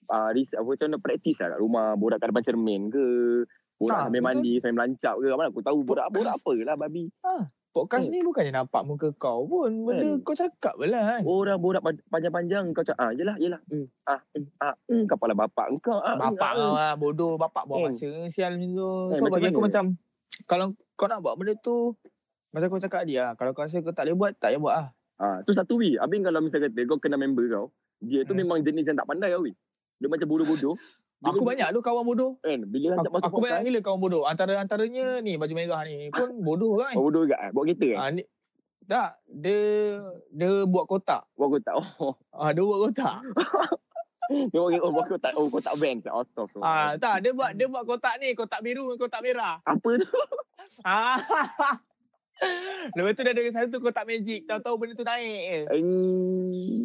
[SPEAKER 4] ah, ris- apa macam mana praktis lah kat rumah, borak kat depan cermin ke, borak
[SPEAKER 3] Ah,
[SPEAKER 4] sambil
[SPEAKER 3] betul.
[SPEAKER 4] mandi, sambil melancap ke, mana aku tahu borak borak apa lah babi.
[SPEAKER 3] Podcast ni
[SPEAKER 4] Hmm.
[SPEAKER 3] bukannya nampak muka kau pun benda
[SPEAKER 4] Kan.
[SPEAKER 3] kau cakap je lah kan.
[SPEAKER 4] Orang borak pa- panjang-panjang kau cakap, ah yelah, yelah, mm, ah, mm, ah, mm, kepala bapak kau. Ah, mm,
[SPEAKER 3] Hmm. Bapak
[SPEAKER 4] ah,
[SPEAKER 3] kau
[SPEAKER 4] mm.
[SPEAKER 3] lah bodoh bapak buat
[SPEAKER 4] Eh.
[SPEAKER 3] masa sial macam tu.
[SPEAKER 4] Eh,
[SPEAKER 3] So
[SPEAKER 4] macam
[SPEAKER 3] bagi aku
[SPEAKER 4] mana?
[SPEAKER 3] macam kalau kau nak buat benda tu macam kau cakap dia lah. Kalau kau rasa kau tak boleh buat tak payah buat lah.
[SPEAKER 4] Ah, tu satu wi. Habis kalau misalnya kata kau kenal member kau, dia tu
[SPEAKER 3] Hmm.
[SPEAKER 4] memang jenis yang tak pandai kau wi. Dia macam bodoh-bodoh. Bila-
[SPEAKER 3] Aku banyak tu kawan bodoh.
[SPEAKER 4] Kan, bila
[SPEAKER 3] Aku,
[SPEAKER 4] ajak masuk
[SPEAKER 3] aku banyak gila kawan bodoh. Antara-antaranya ni baju merah ni pun bodoh kan.
[SPEAKER 4] Hmm. Oh, bodoh juga. eh? Bawa kereta eh?
[SPEAKER 3] Ah, ni, tak, dia dia buat kotak.
[SPEAKER 4] Bawa kotak. Oh,
[SPEAKER 3] Ah, dia buat kotak.
[SPEAKER 4] Dia orang kata, oh, kau tak, oh, kau tak band. Oh, stop. stop.
[SPEAKER 3] Ah, tak, dia buat dia buat kotak ni, kotak biru, kotak merah.
[SPEAKER 4] Apa tu?
[SPEAKER 3] Ah. Lepas tu dia ada satu kotak magic, tahu-tahu benda tu naik je.
[SPEAKER 4] Eh,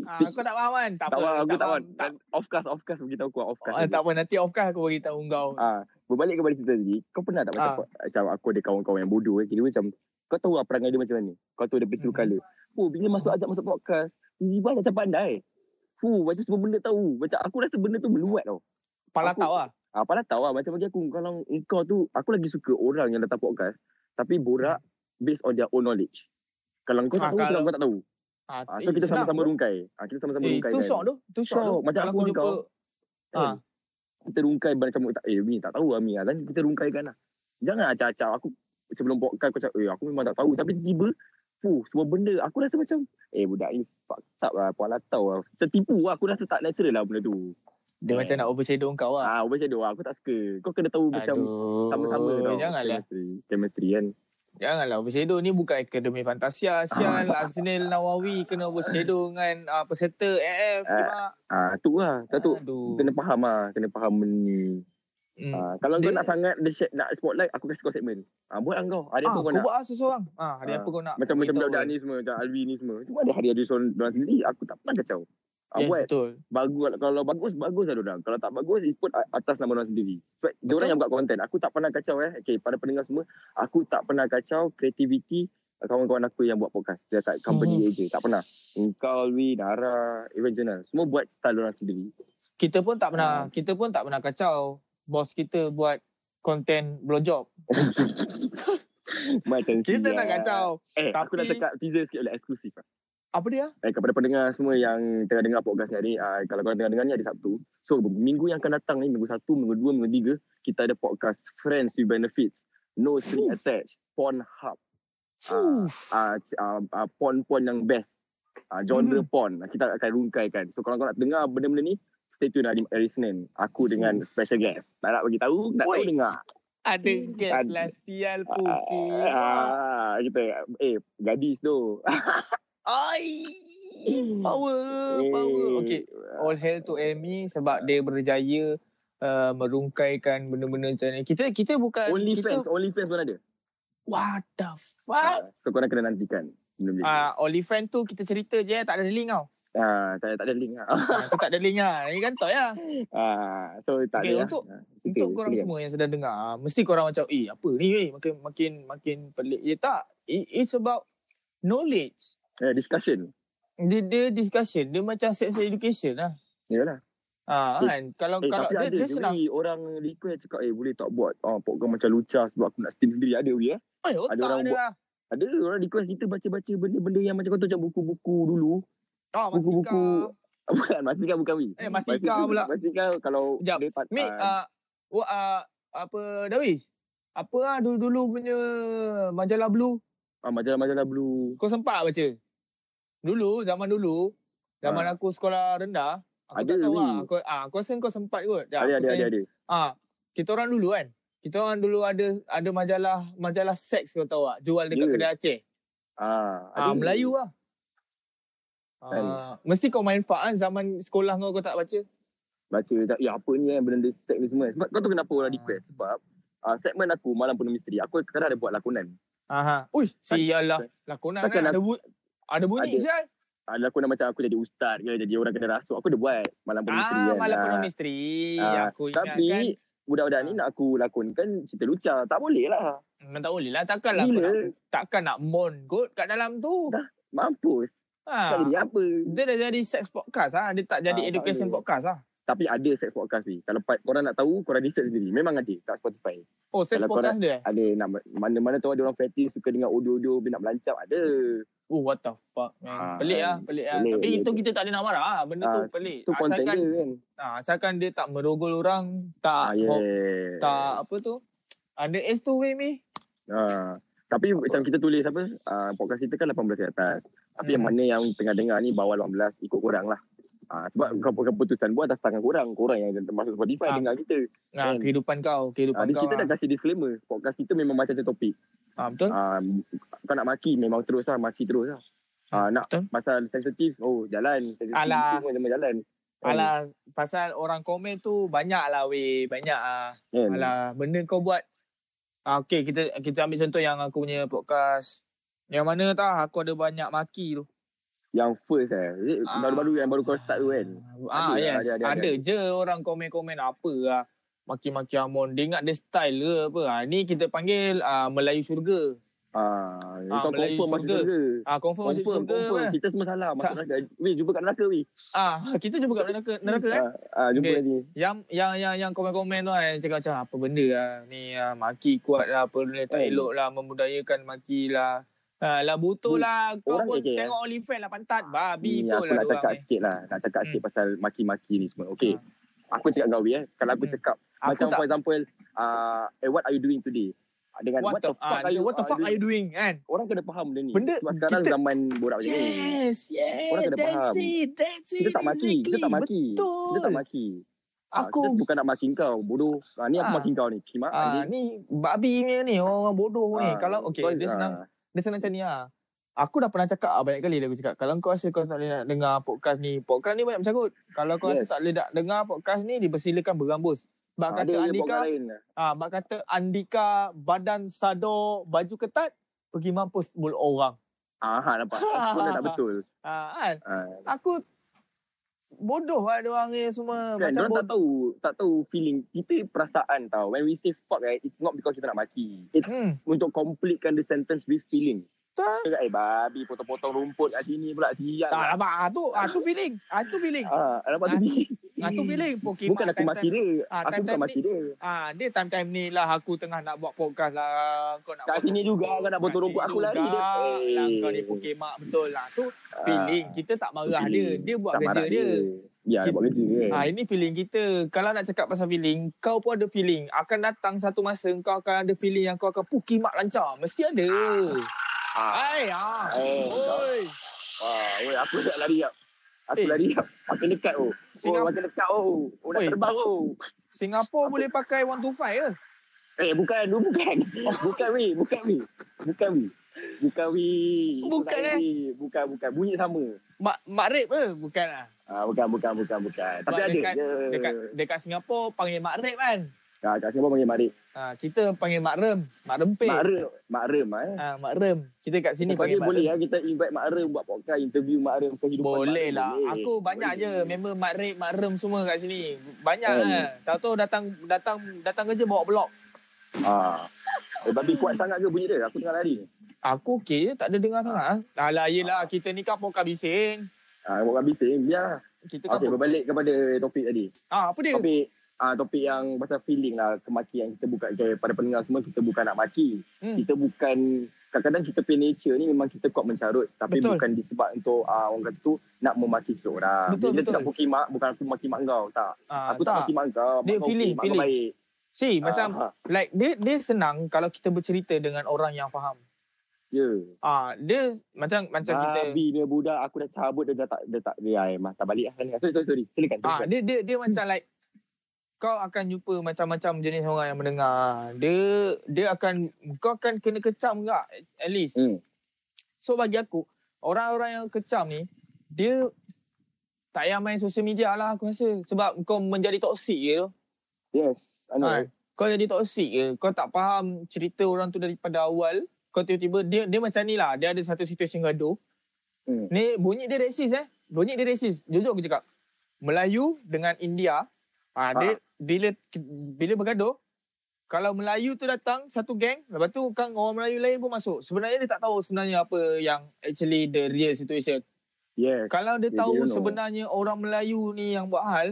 [SPEAKER 3] Ah, kau tak faham kan? Tak,
[SPEAKER 4] tak
[SPEAKER 3] apa.
[SPEAKER 4] faham, aku tak faham.
[SPEAKER 3] Tak,
[SPEAKER 4] Off cast, off cast beritahu aku off cast.
[SPEAKER 3] ah, tak apa, nanti off kan aku bagi tahu kau.
[SPEAKER 4] Ah, berbalik kepada cerita tadi, kau pernah tak
[SPEAKER 3] Ah.
[SPEAKER 4] macam, macam aku ada kawan-kawan yang bodoh eh, kira macam kau tahu lah perangai dia macam mana? Kau tahu dia betul
[SPEAKER 3] Hmm.
[SPEAKER 4] color. Oh, bila masuk ajak masuk podcast, tiba-tiba dia macam pandai. Fuh, macam semua benda tahu. Macam aku rasa benda tu meluat tau.
[SPEAKER 3] Pala
[SPEAKER 4] aku-
[SPEAKER 3] tahu lah.
[SPEAKER 4] Ah, pala tahu lah. Macam bagi aku, kalau kau tu, aku lagi suka orang yang datang podcast, tapi borak based on their own knowledge. Kalau kau
[SPEAKER 3] Ah,
[SPEAKER 4] tak tahu,
[SPEAKER 3] kalau-
[SPEAKER 4] kalau kau tak tahu.
[SPEAKER 3] Ah,
[SPEAKER 4] Ah,
[SPEAKER 3] eh,
[SPEAKER 4] so kita
[SPEAKER 3] senang
[SPEAKER 4] sama-sama
[SPEAKER 3] tu.
[SPEAKER 4] rungkai. Ah, kita sama-sama
[SPEAKER 3] Eh,
[SPEAKER 4] rungkai.
[SPEAKER 3] tu
[SPEAKER 4] kan.
[SPEAKER 3] syok tu. Tu syok
[SPEAKER 4] Syok,
[SPEAKER 3] tu.
[SPEAKER 4] macam
[SPEAKER 3] Kalau
[SPEAKER 4] aku
[SPEAKER 3] aku
[SPEAKER 4] dengan
[SPEAKER 3] jumpa.
[SPEAKER 4] kau.
[SPEAKER 3] Ah,
[SPEAKER 4] Kan? Kita rungkai macam tak eh ni tak tahu Ami lah. Kita rungkaikan lah. Jangan acak-acak aku sebelum podcast aku cakap eh aku memang tak tahu tapi tiba fuh semua benda aku rasa macam eh budak ni fucked up lah puan latau lah tertipu lah aku rasa tak natural lah benda tu
[SPEAKER 3] dia
[SPEAKER 4] Eh.
[SPEAKER 3] macam nak overshadow kau lah.
[SPEAKER 4] ah macam tu lah aku tak suka kau kena tahu macam
[SPEAKER 3] Aduh, Eh,
[SPEAKER 4] sama-sama tau
[SPEAKER 3] Janganlah.
[SPEAKER 4] chemistry chemistry kan
[SPEAKER 3] Janganlah overshadow ni bukan akademi fantasia. Sial
[SPEAKER 4] Ah.
[SPEAKER 3] Aznil Nawawi kena overshadow dengan uh, peserta AF.
[SPEAKER 4] Ah,
[SPEAKER 3] Uh,
[SPEAKER 4] ah tu lah tak tu
[SPEAKER 3] Aduh.
[SPEAKER 4] kena faham lah kena faham benda ni
[SPEAKER 3] Hmm.
[SPEAKER 4] ah, kalau
[SPEAKER 3] Dia-
[SPEAKER 4] kau nak sangat dia share- nak spotlight aku kasi kau segmen ah buat lah kau
[SPEAKER 3] Ah,
[SPEAKER 4] hari apa
[SPEAKER 3] kau
[SPEAKER 4] kau nak
[SPEAKER 3] buat lah seorang. Ah, hari
[SPEAKER 4] Ah,
[SPEAKER 3] apa kau nak.
[SPEAKER 4] Macam macam
[SPEAKER 3] beritahu
[SPEAKER 4] budak-budak
[SPEAKER 3] kan?
[SPEAKER 4] ni semua Macam Alwi ni semua Cuma ada hari ada sound Diorang sendiri Aku tak pernah kacau Aku
[SPEAKER 3] Yes,
[SPEAKER 4] buat
[SPEAKER 3] betul.
[SPEAKER 4] bagus, Kalau bagus Bagus lah diorang Kalau tak bagus It's pun atas nama diorang sendiri Sebab
[SPEAKER 3] Betul.
[SPEAKER 4] diorang yang buat konten Aku tak pernah kacau eh Okay pada pendengar semua Aku tak pernah kacau Kreativiti Kawan-kawan aku yang buat podcast Dia kat company
[SPEAKER 3] Hmm.
[SPEAKER 4] mm-hmm. je Tak pernah Engkau, Alwi, Nara Even Jenal Semua buat style diorang sendiri
[SPEAKER 3] Kita pun tak pernah,
[SPEAKER 4] Ah.
[SPEAKER 3] kita pun tak pernah kacau. Bos kita buat konten blowjob.
[SPEAKER 4] Macam
[SPEAKER 3] Kita
[SPEAKER 4] sial.
[SPEAKER 3] tak kacau.
[SPEAKER 4] Eh aku
[SPEAKER 3] Tapi-
[SPEAKER 4] nak cakap Teaser sikit lah Eksklusif lah
[SPEAKER 3] Apa dia?
[SPEAKER 4] eh, kepada pendengar semua yang tengah dengar podcast ni hari, uh, kalau korang tengah dengar ni hari Sabtu. So, minggu yang akan datang ni, minggu satu, minggu dua, minggu tiga, kita ada podcast Friends with Benefits, No
[SPEAKER 3] Fuh.
[SPEAKER 4] String Attached, Pornhub,
[SPEAKER 3] Fuh.
[SPEAKER 4] uh, uh, uh, porn-porn yang best, uh, genre
[SPEAKER 3] Mm-hmm.
[SPEAKER 4] porn. Kita akan rungkaikan. So, kalau korang nak dengar benda-benda ni, stay tune hari, hari Senin. Aku dengan special guest. Tak nak bagi tahu, nak tahu
[SPEAKER 3] Wait.
[SPEAKER 4] dengar.
[SPEAKER 3] Ada guest
[SPEAKER 4] Ada.
[SPEAKER 3] lah sial putih.
[SPEAKER 4] Ah, kita, eh, gadis tu.
[SPEAKER 3] Ai. Power, power.
[SPEAKER 4] Eh,
[SPEAKER 3] Okay. All hail to Amy sebab dia berjaya uh, merungkaikan benda-benda macam ni. Kita kita bukan
[SPEAKER 4] Only
[SPEAKER 3] kita,
[SPEAKER 4] fans, only fans pun ada.
[SPEAKER 3] What the fuck?
[SPEAKER 4] Ah, so korang kena nantikan. Benda-benda ni.
[SPEAKER 3] Ah, uh, OnlyFans tu kita cerita je tak ada link tau.
[SPEAKER 4] Ah, tak, ada- tak ada link lah.
[SPEAKER 3] Ah, tu tak ada link lah. Ini kantoi lah.
[SPEAKER 4] Ah, so tak
[SPEAKER 3] Okay,
[SPEAKER 4] ada
[SPEAKER 3] untuk-
[SPEAKER 4] lah. Ah, cerita,
[SPEAKER 3] Untuk korang
[SPEAKER 4] cerita.
[SPEAKER 3] semua yang sedang dengar, ah, mesti korang macam, eh apa ni eh, makin makin makin pelik. Ya tak, It- it's about knowledge.
[SPEAKER 4] Eh, discussion.
[SPEAKER 3] Dia, dia discussion, dia macam sex education lah.
[SPEAKER 4] Yalah.
[SPEAKER 3] Ah,
[SPEAKER 4] Eh,
[SPEAKER 3] kan? Kalau
[SPEAKER 4] Eh,
[SPEAKER 3] kalau
[SPEAKER 4] tapi
[SPEAKER 3] dia,
[SPEAKER 4] ada
[SPEAKER 3] dia
[SPEAKER 4] je,
[SPEAKER 3] senang.
[SPEAKER 4] Wi. Orang request cakap, eh boleh tak buat ah, podcast macam lucah sebab aku nak steam sendiri. Ada weh eh.
[SPEAKER 3] Eh, otak
[SPEAKER 4] orang
[SPEAKER 3] dia
[SPEAKER 4] buat-
[SPEAKER 3] lah.
[SPEAKER 4] Ada orang request kita baca-baca benda-benda yang macam kau tahu macam buku-buku dulu.
[SPEAKER 3] Ah,
[SPEAKER 4] buku-buku.
[SPEAKER 3] Mastika.
[SPEAKER 4] Bukan, Mastika bukan Wi.
[SPEAKER 3] Eh, Mastika pula.
[SPEAKER 4] Mastika kalau...
[SPEAKER 3] Sekejap.
[SPEAKER 4] Dia, pat-
[SPEAKER 3] Mik, uh,
[SPEAKER 4] ah,
[SPEAKER 3] wa- uh, apa Dawish? Apa lah dulu-dulu punya majalah Blue?
[SPEAKER 4] ah, majalah-majalah blue.
[SPEAKER 3] Kau sempat baca? Dulu, zaman dulu, zaman
[SPEAKER 4] Ah.
[SPEAKER 3] aku sekolah rendah, aku
[SPEAKER 4] Ada
[SPEAKER 3] tak tahu
[SPEAKER 4] weh.
[SPEAKER 3] lah. Aku, ah, aku rasa kau sempat kot. Sekejap,
[SPEAKER 4] ada,
[SPEAKER 3] aku
[SPEAKER 4] ada, ada,
[SPEAKER 3] tanya.
[SPEAKER 4] ada.
[SPEAKER 3] Ah, kita orang dulu kan. Kita orang dulu ada ada majalah majalah seks kau tahu tak? Jual dekat
[SPEAKER 4] Ya.
[SPEAKER 3] kedai Aceh.
[SPEAKER 4] Ah,
[SPEAKER 3] Ah,
[SPEAKER 4] ada.
[SPEAKER 3] Melayu lah.
[SPEAKER 4] Kan?
[SPEAKER 3] Ah, mesti kau main faan zaman sekolah kau kau tak baca.
[SPEAKER 4] baca tak, ya apa ni kan benda set ni semua. Sebab kau tahu kenapa orang request? Sebab uh, segmen aku Malam Penuh Misteri, aku sekarang ada buat lakonan.
[SPEAKER 3] Aha. Ui, sialah. Lakonan
[SPEAKER 4] Kan. Takkan lah.
[SPEAKER 3] kan ada, bu- ada bunyi
[SPEAKER 4] Ada.
[SPEAKER 3] sial.
[SPEAKER 4] Uh, lakonan macam aku jadi ustaz ke, jadi orang kena rasuk. Aku ada buat Malam Penuh Misteri
[SPEAKER 3] Ah,
[SPEAKER 4] kan.
[SPEAKER 3] malam penuh
[SPEAKER 4] Ah,
[SPEAKER 3] misteri.
[SPEAKER 4] ah,
[SPEAKER 3] aku ingat
[SPEAKER 4] Tapi
[SPEAKER 3] kan.
[SPEAKER 4] budak-budak ni nak aku lakonkan cerita lucah. Tak boleh lah.
[SPEAKER 3] Memang tak boleh lah. Takkan lah aku
[SPEAKER 4] Gila,
[SPEAKER 3] nak, takkan nak mon kot kat dalam tu.
[SPEAKER 4] Dah. mampus. Tak
[SPEAKER 3] Ha.
[SPEAKER 4] jadi apa.
[SPEAKER 3] Dia dah jadi sex podcast ah. Dia tak jadi
[SPEAKER 4] Ah, tak
[SPEAKER 3] education
[SPEAKER 4] boleh.
[SPEAKER 3] podcast ah.
[SPEAKER 4] Tapi ada sex podcast ni. Kalau part, korang nak tahu, korang research sendiri. Memang ada kat Spotify.
[SPEAKER 3] Oh, sex
[SPEAKER 4] Kalau
[SPEAKER 3] podcast dia. eh?
[SPEAKER 4] Ada nak mana-mana tahu ada orang fetish suka dengan odo-odo, bila nak melancap. Ada.
[SPEAKER 3] Oh, what the fuck, man.
[SPEAKER 4] Ah,
[SPEAKER 3] pelik lah, pelik lah.
[SPEAKER 4] pelik,
[SPEAKER 3] Tapi
[SPEAKER 4] pelik.
[SPEAKER 3] itu kita tak boleh nak marah lah. Benda tu
[SPEAKER 4] Ah,
[SPEAKER 3] pelik.
[SPEAKER 4] Tu konten
[SPEAKER 3] asalkan,
[SPEAKER 4] dia kan.
[SPEAKER 3] ah, asalkan dia tak merogol orang, tak,
[SPEAKER 4] Ah,
[SPEAKER 3] ho,
[SPEAKER 4] yeah.
[SPEAKER 3] tak apa tu. Ada S tu, weh, mi.
[SPEAKER 4] Ah, tapi macam kita tulis apa, ah, podcast kita kan 18 ke atas. Tapi
[SPEAKER 3] Hmm.
[SPEAKER 4] yang mana yang tengah dengar ni bawah 18, ikut korang lah. Ah, sebab kau keputusan buat atas tangan korang. Korang yang masuk Spotify
[SPEAKER 3] Hmm. Ah.
[SPEAKER 4] dengar kita.
[SPEAKER 3] Nah,
[SPEAKER 4] Kan?
[SPEAKER 3] kehidupan kau,
[SPEAKER 4] Ah,
[SPEAKER 3] kehidupan
[SPEAKER 4] di-
[SPEAKER 3] kau.
[SPEAKER 4] kita dah
[SPEAKER 3] lah.
[SPEAKER 4] kasih disclaimer. Podcast kita memang macam tu topik.
[SPEAKER 3] Ah, betul?
[SPEAKER 4] Ah, kau nak maki memang terus lah. Maki terus lah. Ah, nak
[SPEAKER 3] Hmm, Betul.
[SPEAKER 4] pasal sensitif, oh jalan. Sensitif
[SPEAKER 3] Alah.
[SPEAKER 4] semua jalan. Kan? jalan.
[SPEAKER 3] Alah, pasal orang komen tu banyak lah weh, banyak lah.
[SPEAKER 4] Kan?
[SPEAKER 3] Alah, benda kau buat. Ah, okay, kita kita ambil contoh yang aku punya podcast. Yang mana tak, aku ada banyak maki tu.
[SPEAKER 4] Yang first eh. Is it
[SPEAKER 3] Ah.
[SPEAKER 4] Baru-baru yang baru kau start tu kan.
[SPEAKER 3] Ah,
[SPEAKER 4] Ada,
[SPEAKER 3] yes.
[SPEAKER 4] ada,
[SPEAKER 3] Ada,
[SPEAKER 4] ada, ada.
[SPEAKER 3] je orang komen-komen apa lah. Maki-maki Amon. Dia ingat dia style ke apa. Ah, ni kita panggil ah, Melayu Syurga.
[SPEAKER 4] Ah,
[SPEAKER 3] Ah,
[SPEAKER 4] kau
[SPEAKER 3] Melayu
[SPEAKER 4] confirm masuk
[SPEAKER 3] surga.
[SPEAKER 4] surga.
[SPEAKER 3] Ah, confirm, masuk
[SPEAKER 4] Confirm,
[SPEAKER 3] syurga.
[SPEAKER 4] confirm.
[SPEAKER 3] Confirm.
[SPEAKER 4] Kita semua salah. Masuk
[SPEAKER 3] lah. Tak.
[SPEAKER 4] neraka. Weh, jumpa kat neraka, weh.
[SPEAKER 3] Ah, kita jumpa kat neraka, neraka eh.
[SPEAKER 4] Ah, ah, jumpa
[SPEAKER 3] Okay.
[SPEAKER 4] okay. nanti.
[SPEAKER 3] Yang yang yang yang komen-komen tu kan cakap macam apa benda lah ni ah, maki kuat lah apa ni tak
[SPEAKER 4] Eh.
[SPEAKER 3] elok lah membudayakan maki lah. Ha, lah butuh
[SPEAKER 4] Ni,
[SPEAKER 3] lah kau
[SPEAKER 4] orang
[SPEAKER 3] pun
[SPEAKER 4] je, eh.
[SPEAKER 3] tengok OnlyFans lah pantat babi
[SPEAKER 4] Ni
[SPEAKER 3] betul lah
[SPEAKER 4] aku nak
[SPEAKER 3] dorang
[SPEAKER 4] cakap
[SPEAKER 3] ni.
[SPEAKER 4] sikit lah. Nak cakap sikit
[SPEAKER 3] Hmm.
[SPEAKER 4] pasal maki-maki ni semua. Okay. Aku cakap dengan Wi eh. Kalau aku
[SPEAKER 3] Hmm.
[SPEAKER 4] cakap.
[SPEAKER 3] Aku
[SPEAKER 4] macam
[SPEAKER 3] tak
[SPEAKER 4] for example. Uh, eh, what are you doing today? Ah, Dengan
[SPEAKER 3] what, the, fuck are you, what the
[SPEAKER 4] ah,
[SPEAKER 3] fuck are you
[SPEAKER 4] doing?
[SPEAKER 3] doing kan?
[SPEAKER 4] Orang kena faham benda ni.
[SPEAKER 3] Benda-
[SPEAKER 4] Sebab sekarang
[SPEAKER 3] kita-
[SPEAKER 4] zaman borak macam ni.
[SPEAKER 3] Yes, yes.
[SPEAKER 4] Orang kena
[SPEAKER 3] that's
[SPEAKER 4] faham.
[SPEAKER 3] it, that's it.
[SPEAKER 4] Kita tak maki. Kita tak maki.
[SPEAKER 3] Betul.
[SPEAKER 4] Kita tak maki. Ah,
[SPEAKER 3] Aku
[SPEAKER 4] Kita bukan nak maki kau. Bodoh. Ah, ni aku
[SPEAKER 3] Ah.
[SPEAKER 4] maki kau ni. Kimak.
[SPEAKER 3] ah,
[SPEAKER 4] anjing.
[SPEAKER 3] ni babi punya ni orang bodoh ni.
[SPEAKER 4] Ah,
[SPEAKER 3] Kalau okay,
[SPEAKER 4] so,
[SPEAKER 3] dia
[SPEAKER 4] ah,
[SPEAKER 3] senang dia senang macam ni lah. Aku dah pernah cakap lah, banyak kali dah aku cakap. Kalau kau rasa kau tak boleh nak dengar podcast ni, podcast ni banyak mencakut. Kalau kau yes. rasa
[SPEAKER 4] Yes.
[SPEAKER 3] tak boleh nak dengar podcast ni, dipersilakan berambus. Bak
[SPEAKER 4] Ada
[SPEAKER 3] kata
[SPEAKER 4] je
[SPEAKER 3] Andika,
[SPEAKER 4] podcast lain.
[SPEAKER 3] ah, bak kata Andika badan sado baju ketat, pergi mampus mulut orang.
[SPEAKER 4] Ah, ha, nampak. Aku dah tak betul.
[SPEAKER 3] Ah, kan?
[SPEAKER 4] Ah,
[SPEAKER 3] Aku bodoh lah diorang ni semua.
[SPEAKER 4] Kan,
[SPEAKER 3] macam
[SPEAKER 4] orang tak tahu tak tahu feeling kita perasaan tau. When we say fuck right, it's not because kita nak maki. It's
[SPEAKER 3] Hmm.
[SPEAKER 4] untuk completekan the sentence with feeling.
[SPEAKER 3] Tak.
[SPEAKER 4] Cakap, eh babi potong-potong rumput kat sini pula siap.
[SPEAKER 3] Tak nampak. Ah, tu, ah, tu feeling. Ah, tu feeling.
[SPEAKER 4] Ah, nampak tu
[SPEAKER 3] Ah,
[SPEAKER 4] ni.
[SPEAKER 3] Ah, tu feeling. Pokemon
[SPEAKER 4] hmm. Bukan aku maki dia.
[SPEAKER 3] Ah,
[SPEAKER 4] Aku bukan
[SPEAKER 3] time-time
[SPEAKER 4] maki dia.
[SPEAKER 3] Ah, dia time-time ni lah aku tengah nak buat podcast lah. Kau nak
[SPEAKER 4] Kat
[SPEAKER 3] buat
[SPEAKER 4] sini juga kau nak
[SPEAKER 3] podcast
[SPEAKER 4] potong rumput aku
[SPEAKER 3] juga.
[SPEAKER 4] lari. Dia, eh.
[SPEAKER 3] Lah kau ni pokemak betul lah. Tu
[SPEAKER 4] Ah,
[SPEAKER 3] feeling. Kita tak marah dia.
[SPEAKER 4] feeling.
[SPEAKER 3] Dia buat
[SPEAKER 4] tak
[SPEAKER 3] kerja
[SPEAKER 4] marah
[SPEAKER 3] dia.
[SPEAKER 4] Ya, dia
[SPEAKER 3] Kita-
[SPEAKER 4] buat kerja dia.
[SPEAKER 3] Ah, ini feeling kita. Kalau nak cakap pasal feeling, kau pun ada feeling. Akan datang satu masa kau akan ada feeling yang kau akan pukimak lancar. Mesti ada.
[SPEAKER 4] Ah,
[SPEAKER 3] Hai, ah.
[SPEAKER 4] Eh,
[SPEAKER 3] Oi.
[SPEAKER 4] ah, weh, aku nak lari. ah.
[SPEAKER 3] Eh.
[SPEAKER 4] Aku lari. ah. Makin dekat oh. Oh,
[SPEAKER 3] Singapura,
[SPEAKER 4] makin dekat oh. Oh, nak
[SPEAKER 3] Oi.
[SPEAKER 4] terbang oh.
[SPEAKER 3] Singapura boleh pakai 125 ke?
[SPEAKER 4] Eh bukan, lu bukan. Bukan weh, bukan weh. Bukan weh. Bukan weh. Itu
[SPEAKER 3] Bukan,
[SPEAKER 4] tak
[SPEAKER 3] eh?
[SPEAKER 4] weh. Bukan, bukan. Bunyi sama.
[SPEAKER 3] Mak mak rap ke? Bukan ah.
[SPEAKER 4] Ah, bukan, bukan, bukan, bukan.
[SPEAKER 3] Sebab
[SPEAKER 4] Tapi ada
[SPEAKER 3] dekat-
[SPEAKER 4] je.
[SPEAKER 3] Dekat dekat Singapura panggil mak rap kan.
[SPEAKER 4] Ah, kat Singapura panggil Marik.
[SPEAKER 3] Ha, kita panggil mak rem, mak rempit.
[SPEAKER 4] Mak Rem. Mak Rem eh.
[SPEAKER 3] Ha, mak rem. Kita kat sini
[SPEAKER 4] Ini
[SPEAKER 3] panggil
[SPEAKER 4] panggil
[SPEAKER 3] mak
[SPEAKER 4] boleh
[SPEAKER 3] rem.
[SPEAKER 4] lah kita invite Mak Rem buat podcast interview Mak Rem kehidupan Mak
[SPEAKER 3] Boleh
[SPEAKER 4] Rem.
[SPEAKER 3] lah. Aku banyak je
[SPEAKER 4] Boleh.
[SPEAKER 3] member mak rap, mak rem semua kat sini. Banyak
[SPEAKER 4] Oh.
[SPEAKER 3] lah. Tahu-tahu datang datang datang kerja bawa blok.
[SPEAKER 4] Ah. Eh, tapi kuat sangat ke bunyi dia? Aku tengah lari.
[SPEAKER 3] Aku okey je, tak ada dengar sangat. ah. Alah, yelah. Kita ni kan pokal bising.
[SPEAKER 4] Ah, buat habis eh. Biar.
[SPEAKER 3] Kita kan...
[SPEAKER 4] Okey, berbalik kepada topik tadi.
[SPEAKER 3] Ah, apa dia?
[SPEAKER 4] Topik ah topik yang pasal feeling lah kemakian kita bukan okay, pada pendengar semua kita bukan nak maki.
[SPEAKER 3] Hmm.
[SPEAKER 4] Kita bukan kadang-kadang kita punya nature ni memang kita kuat mencarut tapi
[SPEAKER 3] Betul.
[SPEAKER 4] betul. bukan disebab untuk ah orang kata tu nak memaki seorang.
[SPEAKER 3] Betul,
[SPEAKER 4] Bila
[SPEAKER 3] betul.
[SPEAKER 4] tak maki mak bukan aku maki mak kau tak.
[SPEAKER 3] Ah,
[SPEAKER 4] aku tak, maki mak kau. Mak
[SPEAKER 3] Dia
[SPEAKER 4] kau okey,
[SPEAKER 3] feeling,
[SPEAKER 4] mak
[SPEAKER 3] feeling.
[SPEAKER 4] Kau baik.
[SPEAKER 3] Si,
[SPEAKER 4] Ah,
[SPEAKER 3] macam
[SPEAKER 4] ha.
[SPEAKER 3] like dia dia senang kalau kita bercerita dengan orang yang faham.
[SPEAKER 4] Ya. Yeah.
[SPEAKER 3] Ah, dia macam macam kita
[SPEAKER 4] Babi ni budak aku dah cabut dia dah tak dia tak dia ai mah tak balik lah. Sorry sorry sorry. Silakan.
[SPEAKER 3] Ah,
[SPEAKER 4] silakan.
[SPEAKER 3] dia dia dia macam like kau akan jumpa macam-macam jenis orang yang mendengar. Dia dia akan kau akan kena kecam enggak at least.
[SPEAKER 4] Hmm.
[SPEAKER 3] So bagi aku orang-orang yang kecam ni dia tak payah main sosial media lah aku rasa sebab kau menjadi toksik je tu.
[SPEAKER 4] Yes, I know.
[SPEAKER 3] Ha, kau jadi toksik je. Kau tak faham cerita orang tu daripada awal. Kau tiba-tiba dia dia macam ni lah. Dia ada satu situasi yang gaduh.
[SPEAKER 4] Hmm.
[SPEAKER 3] Ni bunyi dia resis eh. Bunyi dia resis. Jujur aku cakap. Melayu dengan India. Ha, dia bila bila bergaduh kalau Melayu tu datang satu geng, lepas tu kan orang Melayu lain pun masuk. Sebenarnya dia tak tahu sebenarnya apa yang actually the real situation.
[SPEAKER 4] Yes.
[SPEAKER 3] Kalau dia
[SPEAKER 4] Dia-
[SPEAKER 3] tahu
[SPEAKER 4] dia know.
[SPEAKER 3] sebenarnya orang Melayu ni yang buat hal,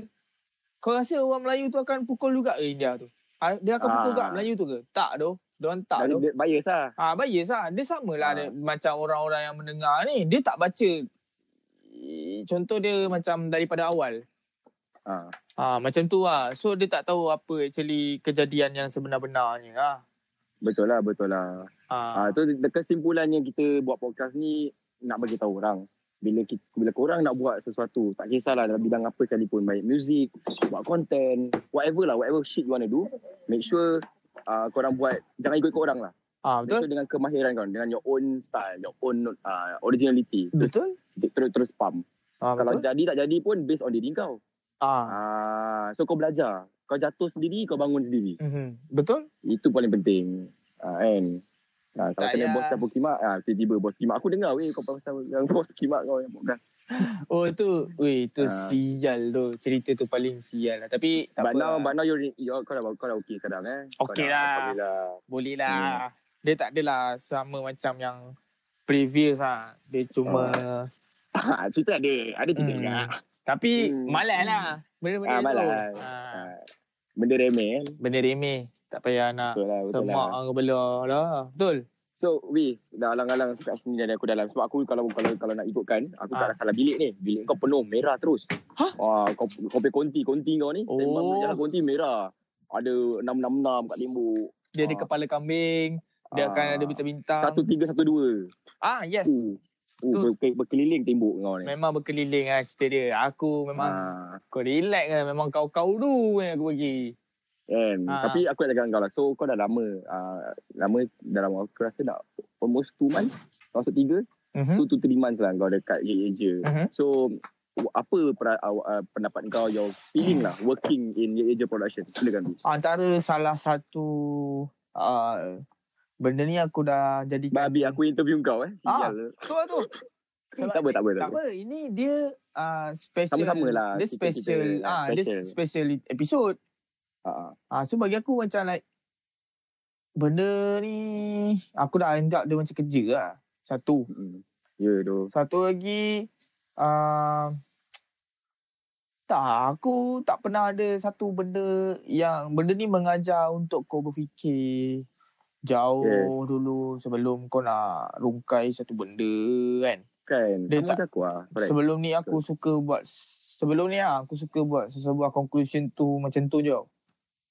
[SPEAKER 3] kau rasa orang Melayu tu akan pukul juga ke India tu? Ah, Dia akan pukul
[SPEAKER 4] Ah.
[SPEAKER 3] juga Melayu tu ke? Tak tu. Diorang tak
[SPEAKER 4] Dari
[SPEAKER 3] tu.
[SPEAKER 4] dia bias lah.
[SPEAKER 3] Ha, bias lah. Dia samalah
[SPEAKER 4] Ah.
[SPEAKER 3] dia, macam orang-orang yang mendengar ni. Dia tak baca. Eh, Contoh dia macam daripada awal.
[SPEAKER 4] Ha.
[SPEAKER 3] Ha, macam tu lah. So dia tak tahu apa actually kejadian yang sebenar-benarnya lah.
[SPEAKER 4] Betul lah, betul lah.
[SPEAKER 3] Ha.
[SPEAKER 4] Ha, tu de- kesimpulannya kita buat podcast ni nak bagi tahu orang bila kita, bila korang nak buat sesuatu tak kisahlah dalam bidang apa sekalipun baik music buat content whatever lah whatever shit you want to do make sure uh, korang buat jangan ikut ikut orang lah
[SPEAKER 3] ha,
[SPEAKER 4] make
[SPEAKER 3] betul?
[SPEAKER 4] sure dengan kemahiran korang dengan your own style your own uh, originality terus,
[SPEAKER 3] Betul?
[SPEAKER 4] terus terus pump
[SPEAKER 3] Ha,
[SPEAKER 4] kalau
[SPEAKER 3] betul?
[SPEAKER 4] jadi tak jadi pun based on diri kau
[SPEAKER 3] Ha.
[SPEAKER 4] ah so kau belajar kau jatuh sendiri kau bangun sendiri
[SPEAKER 3] Mhm. Betul?
[SPEAKER 4] itu paling penting. Ah kan. Ah, kalau
[SPEAKER 3] Tak
[SPEAKER 4] kena
[SPEAKER 3] payah.
[SPEAKER 4] bos campur kimak, ah, tiba-tiba bos kimak. Aku dengar weh kau pasal yang bos kimak kau yang podcast.
[SPEAKER 3] Oh tu, weh tu
[SPEAKER 4] Ah.
[SPEAKER 3] sial tu. Cerita tu paling sial lah. Tapi tak
[SPEAKER 4] But
[SPEAKER 3] apa.
[SPEAKER 4] now,
[SPEAKER 3] lah.
[SPEAKER 4] but now you're, you're, kau dah, kau dah okay sekarang eh? Kau
[SPEAKER 3] Okey
[SPEAKER 4] dah-
[SPEAKER 3] lah.
[SPEAKER 4] Alhamdulillah.
[SPEAKER 3] Boleh
[SPEAKER 4] Ya.
[SPEAKER 3] lah. Dia tak adalah sama macam yang previous lah. Dia cuma...
[SPEAKER 4] Ah, cerita ada. Ada cerita
[SPEAKER 3] Hmm.
[SPEAKER 4] juga.
[SPEAKER 3] Tapi
[SPEAKER 4] Hmm.
[SPEAKER 3] malas lah. Benda-benda
[SPEAKER 4] Ah,
[SPEAKER 3] tu.
[SPEAKER 4] malas.
[SPEAKER 3] Ah,
[SPEAKER 4] Ah, benda remeh kan?
[SPEAKER 3] Benda remeh. Tak payah nak
[SPEAKER 4] Betul lah, betul
[SPEAKER 3] semak
[SPEAKER 4] lah.
[SPEAKER 3] lah. kepala lah. Betul?
[SPEAKER 4] So, weh, dah alang-alang kat sini dan aku dalam. Sebab aku kalau kalau kalau nak ikutkan, aku
[SPEAKER 3] Ah.
[SPEAKER 4] tak rasa dalam bilik ni. Bilik kau penuh, merah terus.
[SPEAKER 3] Hah?
[SPEAKER 4] Wah, kau, kau pergi konti-konti kau ni.
[SPEAKER 3] Oh.
[SPEAKER 4] Tembang jalan konti merah. Ada 666 kat limbuk.
[SPEAKER 3] Dia ada
[SPEAKER 4] Ah.
[SPEAKER 3] kepala kambing. Dia akan
[SPEAKER 4] Ah.
[SPEAKER 3] ada bintang-bintang.
[SPEAKER 4] Satu tiga satu dua.
[SPEAKER 3] Ah, yes.
[SPEAKER 4] Oh, oh
[SPEAKER 3] Tu.
[SPEAKER 4] ber, berkeliling tembok kau ni.
[SPEAKER 3] Memang berkeliling lah cerita dia. Aku memang...
[SPEAKER 4] Ha,
[SPEAKER 3] Kau relax lah. Memang kau-kau dulu yang aku pergi.
[SPEAKER 4] kan?
[SPEAKER 3] Ah.
[SPEAKER 4] Tapi aku nak cakap dengan kau lah. So kau dah lama. Uh, lama dalam aku rasa dah almost 2 months. Kau rasa 3?
[SPEAKER 3] Mhm.
[SPEAKER 4] 2 to 3 months lah kau dekat Yeyeja.
[SPEAKER 3] Mhm.
[SPEAKER 4] So w- apa pera, uh, pendapat kau your feeling lah working in Yeyeja production? Silakan. Uh,
[SPEAKER 3] antara salah satu uh, benda ni aku dah jadikan
[SPEAKER 4] Babi aku interview kau eh.
[SPEAKER 3] Ah.
[SPEAKER 4] Sial.
[SPEAKER 3] tu lah tu Sebab
[SPEAKER 4] Tak apa, tak apa, tak
[SPEAKER 3] tak apa ini dia uh, special
[SPEAKER 4] Sama-sama lah.
[SPEAKER 3] dia
[SPEAKER 4] Kita-
[SPEAKER 3] special
[SPEAKER 4] kita-
[SPEAKER 3] ah dia
[SPEAKER 4] special.
[SPEAKER 3] special episode
[SPEAKER 4] Ha, ha.
[SPEAKER 3] ah so bagi aku macam like benda ni aku dah anggap dia macam kerja lah satu
[SPEAKER 4] Mm. Ya doh.
[SPEAKER 3] satu lagi uh, tak aku tak pernah ada satu benda yang benda ni mengajar untuk kau berfikir jauh
[SPEAKER 4] Yes.
[SPEAKER 3] dulu sebelum kau nak rungkai satu benda kan.
[SPEAKER 4] Kan.
[SPEAKER 3] Dia
[SPEAKER 4] Sama
[SPEAKER 3] tak-
[SPEAKER 4] macam aku lah. Correct.
[SPEAKER 3] Sebelum ni aku suka buat sebelum ni lah aku suka buat sesebuah conclusion tu macam tu je.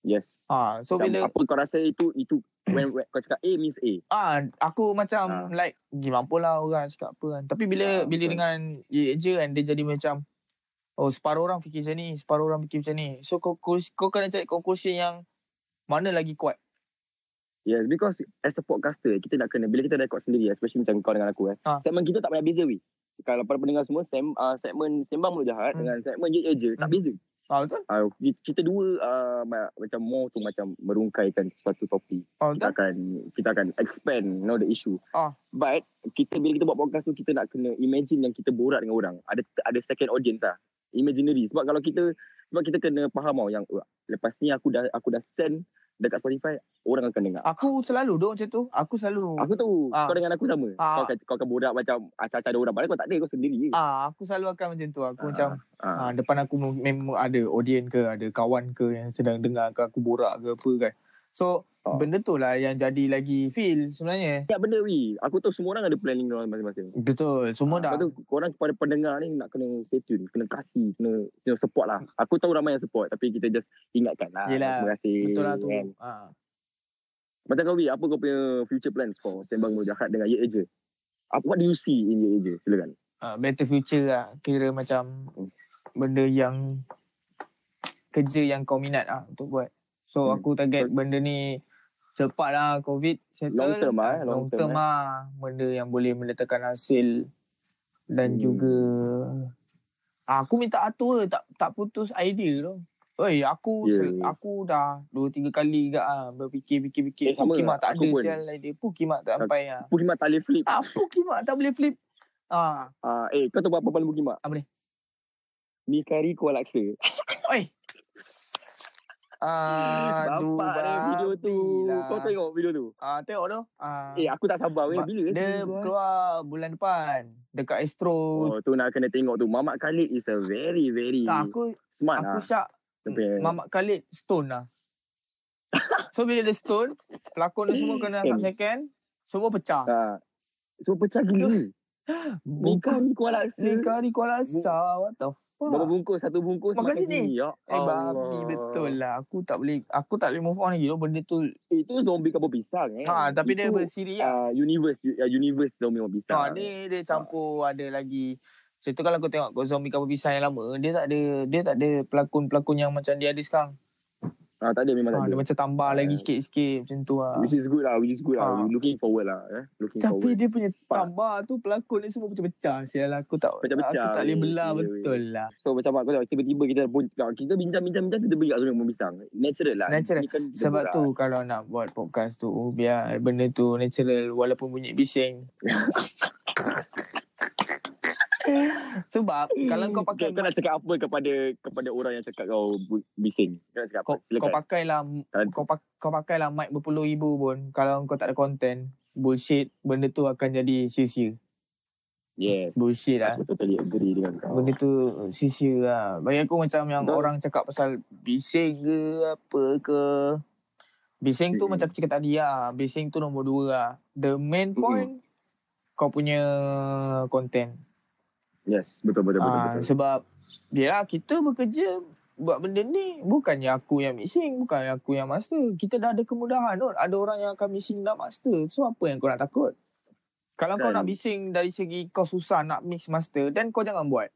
[SPEAKER 4] Yes.
[SPEAKER 3] Ha, so
[SPEAKER 4] Macam
[SPEAKER 3] bila
[SPEAKER 4] apa kau rasa itu itu when, when kau cakap A means A.
[SPEAKER 3] ah aku macam
[SPEAKER 4] Ah.
[SPEAKER 3] like gimana pula orang cakap apa kan. Tapi bila
[SPEAKER 4] Ah,
[SPEAKER 3] bila
[SPEAKER 4] betul.
[SPEAKER 3] dengan ye je kan dia jadi macam oh separuh orang fikir macam ni, separuh orang fikir macam ni. So kau kau, kau kena cari conclusion yang mana lagi kuat.
[SPEAKER 4] Yes, because as a podcaster, kita nak kena, bila kita record sendiri, especially macam kau dengan aku eh,
[SPEAKER 3] Ah.
[SPEAKER 4] ha. segmen kita tak payah beza weh. Kalau para pendengar semua, sem, uh, segmen Sembang Mulut Jahat
[SPEAKER 3] Hmm.
[SPEAKER 4] hmm. dengan segmen Je Je Je,
[SPEAKER 3] Hmm.
[SPEAKER 4] tak beza.
[SPEAKER 3] Ah, betul?
[SPEAKER 4] Uh, kita dua uh, ma- macam more tu macam merungkaikan sesuatu topik.
[SPEAKER 3] Ah, betul?
[SPEAKER 4] Kita akan kita akan expand you know the issue.
[SPEAKER 3] Ah.
[SPEAKER 4] But kita bila kita buat podcast tu kita nak kena imagine yang kita borak dengan orang. Ada ada second audience lah. Imaginary. Sebab kalau kita sebab kita kena faham tau yang "Wah, lepas ni aku dah aku dah send dekat Spotify orang akan dengar.
[SPEAKER 3] Aku selalu dong macam tu. Aku selalu
[SPEAKER 4] Aku tahu
[SPEAKER 3] Ah.
[SPEAKER 4] kau dengan aku sama.
[SPEAKER 3] Ah.
[SPEAKER 4] Kau akan kau akan borak macam acah-acah ada orang padahal kau tak ada kau sendiri je.
[SPEAKER 3] Ah, aku selalu akan macam tu. Aku
[SPEAKER 4] Ah,
[SPEAKER 3] macam
[SPEAKER 4] Ah.
[SPEAKER 3] ah, depan aku mem- memang ada audience ke, ada kawan ke yang sedang dengar ke aku borak ke apa kan. So,
[SPEAKER 4] Ah.
[SPEAKER 3] benda tu lah yang jadi lagi feel sebenarnya.
[SPEAKER 4] Banyak benda weh. Aku tahu semua orang ada planning orang masing-masing.
[SPEAKER 3] Betul. Semua
[SPEAKER 4] Ah,
[SPEAKER 3] dah.
[SPEAKER 4] Lepas tu korang kepada pendengar ni nak kena stay tune, kena kasih, kena, kena support lah. Aku tahu ramai yang support tapi kita just ingatkan lah.
[SPEAKER 3] Yelah,
[SPEAKER 4] Terima kasih.
[SPEAKER 3] Betul lah tu.
[SPEAKER 4] kan.
[SPEAKER 3] Ah.
[SPEAKER 4] Macam kau Wee, apa kau punya future plans for Sembang Mulut Jahat dengan Ye Ye Je? Apa what do you see in Ye Ye Je? Silakan.
[SPEAKER 3] uh, better future lah. Kira macam
[SPEAKER 4] Hmm.
[SPEAKER 3] benda yang kerja yang kau minat lah untuk buat. So
[SPEAKER 4] Hmm.
[SPEAKER 3] aku target benda ni cepat lah COVID settle.
[SPEAKER 4] Long term lah, eh.
[SPEAKER 3] Ah,
[SPEAKER 4] Long
[SPEAKER 3] Long
[SPEAKER 4] term,
[SPEAKER 3] term lah. Benda yang boleh mendatangkan hasil dan
[SPEAKER 4] Hmm.
[SPEAKER 3] juga Ah, aku minta atur tak tak putus idea tu. Oi, aku
[SPEAKER 4] Ya,
[SPEAKER 3] sel-
[SPEAKER 4] ya.
[SPEAKER 3] aku dah dua tiga kali juga ah berfikir fikir fikir.
[SPEAKER 4] Eh, sama
[SPEAKER 3] Pukimak
[SPEAKER 4] lah.
[SPEAKER 3] tak
[SPEAKER 4] Aku
[SPEAKER 3] ada
[SPEAKER 4] pun.
[SPEAKER 3] sial idea. Pukimak tak
[SPEAKER 4] Aku-
[SPEAKER 3] sampai ah.
[SPEAKER 4] Pukimak tak boleh flip.
[SPEAKER 3] Ah, Pukimak tak boleh flip. Ah,
[SPEAKER 4] Ah, eh, kau tahu apa paling Pukimak?
[SPEAKER 3] Apa dia?
[SPEAKER 4] Mikari Kuala Laksa.
[SPEAKER 3] Oi. Aduh,
[SPEAKER 4] Bapak dia video tu.
[SPEAKER 3] Lah.
[SPEAKER 4] Kau tengok video tu?
[SPEAKER 3] Ah, tengok tu. Ah.
[SPEAKER 4] Eh, aku tak sabar. weh.
[SPEAKER 3] Ba-
[SPEAKER 4] Bila? eh
[SPEAKER 3] dia
[SPEAKER 4] tu?
[SPEAKER 3] keluar bulan depan dekat Astro.
[SPEAKER 4] Oh, tu nak kena tengok tu. Mamat Khalid is a very, very
[SPEAKER 3] tak, aku
[SPEAKER 4] smart
[SPEAKER 3] aku
[SPEAKER 4] lah.
[SPEAKER 3] syak
[SPEAKER 4] Dia punya-
[SPEAKER 3] Mamat Khalid stone lah. so bila dia stone, pelakon tu semua kena
[SPEAKER 4] Eh.
[SPEAKER 3] second, semua pecah.
[SPEAKER 4] Ha. Semua pecah gila.
[SPEAKER 3] Bukan
[SPEAKER 4] Nikah ni kuala laksa.
[SPEAKER 3] Nikah di Kuala Sa. What the
[SPEAKER 4] eh.
[SPEAKER 3] fuck?
[SPEAKER 4] Berapa bungkus? Satu bungkus
[SPEAKER 3] Makan sini.
[SPEAKER 4] Ya
[SPEAKER 3] Eh babi betul lah. Aku tak boleh aku tak boleh move on lagi tu. Benda tu.
[SPEAKER 4] Itu zombie kapur pisang eh.
[SPEAKER 3] Ha, tapi dia
[SPEAKER 4] Itu,
[SPEAKER 3] bersiri lah.
[SPEAKER 4] Uh, universe uh, universe zombie kapur pisang.
[SPEAKER 3] Ha, ni dia campur ada lagi. Contoh kalau kau tengok kau zombie kapal pisang yang lama, dia tak ada dia tak ada pelakon-pelakon yang macam dia ada sekarang.
[SPEAKER 4] Ah, tak ada memang
[SPEAKER 3] Ha,
[SPEAKER 4] tak
[SPEAKER 3] dia
[SPEAKER 4] ada.
[SPEAKER 3] macam tambah
[SPEAKER 4] Ah.
[SPEAKER 3] lagi sikit-sikit macam tu lah.
[SPEAKER 4] Which is good lah, which is good
[SPEAKER 3] Ah.
[SPEAKER 4] lah. We looking forward lah. Eh. Looking
[SPEAKER 3] Tapi
[SPEAKER 4] forward.
[SPEAKER 3] dia punya tambah tu pelakon ni semua pecah-pecah. Sial lah, aku tak
[SPEAKER 4] Pecah-pecah,
[SPEAKER 3] aku tak boleh
[SPEAKER 4] weh.
[SPEAKER 3] belah
[SPEAKER 4] Ya,
[SPEAKER 3] betul lah.
[SPEAKER 4] So macam aku tahu tiba-tiba kita pun kita bincang-bincang-bincang kita pergi kat zombie kapur pisang. Natural lah.
[SPEAKER 3] Natural.
[SPEAKER 4] Ni kan kita
[SPEAKER 3] Sebab
[SPEAKER 4] borak.
[SPEAKER 3] tu kalau nak buat podcast tu biar benda tu natural walaupun bunyi bising. Sebab kalau kau
[SPEAKER 4] kau,
[SPEAKER 3] pakai
[SPEAKER 4] kau nak cakap apa kepada kepada orang yang cakap kau bu- bising? Kau nak cakap
[SPEAKER 3] kau,
[SPEAKER 4] apa? Silakan.
[SPEAKER 3] kau pakailah
[SPEAKER 4] Kan?
[SPEAKER 3] kau pak, kau pakailah mic berpuluh ribu pun kalau kau tak ada konten bullshit benda tu akan jadi sia-sia
[SPEAKER 4] yes.
[SPEAKER 3] bullshit lah
[SPEAKER 4] Aku totally agree dengan kau.
[SPEAKER 3] benda tu sia-sia lah bagi aku macam yang
[SPEAKER 4] Betul.
[SPEAKER 3] orang cakap pasal bising ke apa ke bising tu
[SPEAKER 4] Mm-mm.
[SPEAKER 3] macam aku cakap tadi lah bising tu nombor dua lah the main point kau punya konten
[SPEAKER 4] Yes, betul betul betul.
[SPEAKER 3] Ah,
[SPEAKER 4] betul.
[SPEAKER 3] sebab yalah kita bekerja buat benda ni bukannya aku yang mixing, bukannya aku yang master. Kita dah ada kemudahan kot. Ada orang yang akan mixing dan master. So apa yang kau nak takut? Kalau kau
[SPEAKER 4] Dan-
[SPEAKER 3] nak mixing dari segi kau susah nak mix master, then kau jangan buat.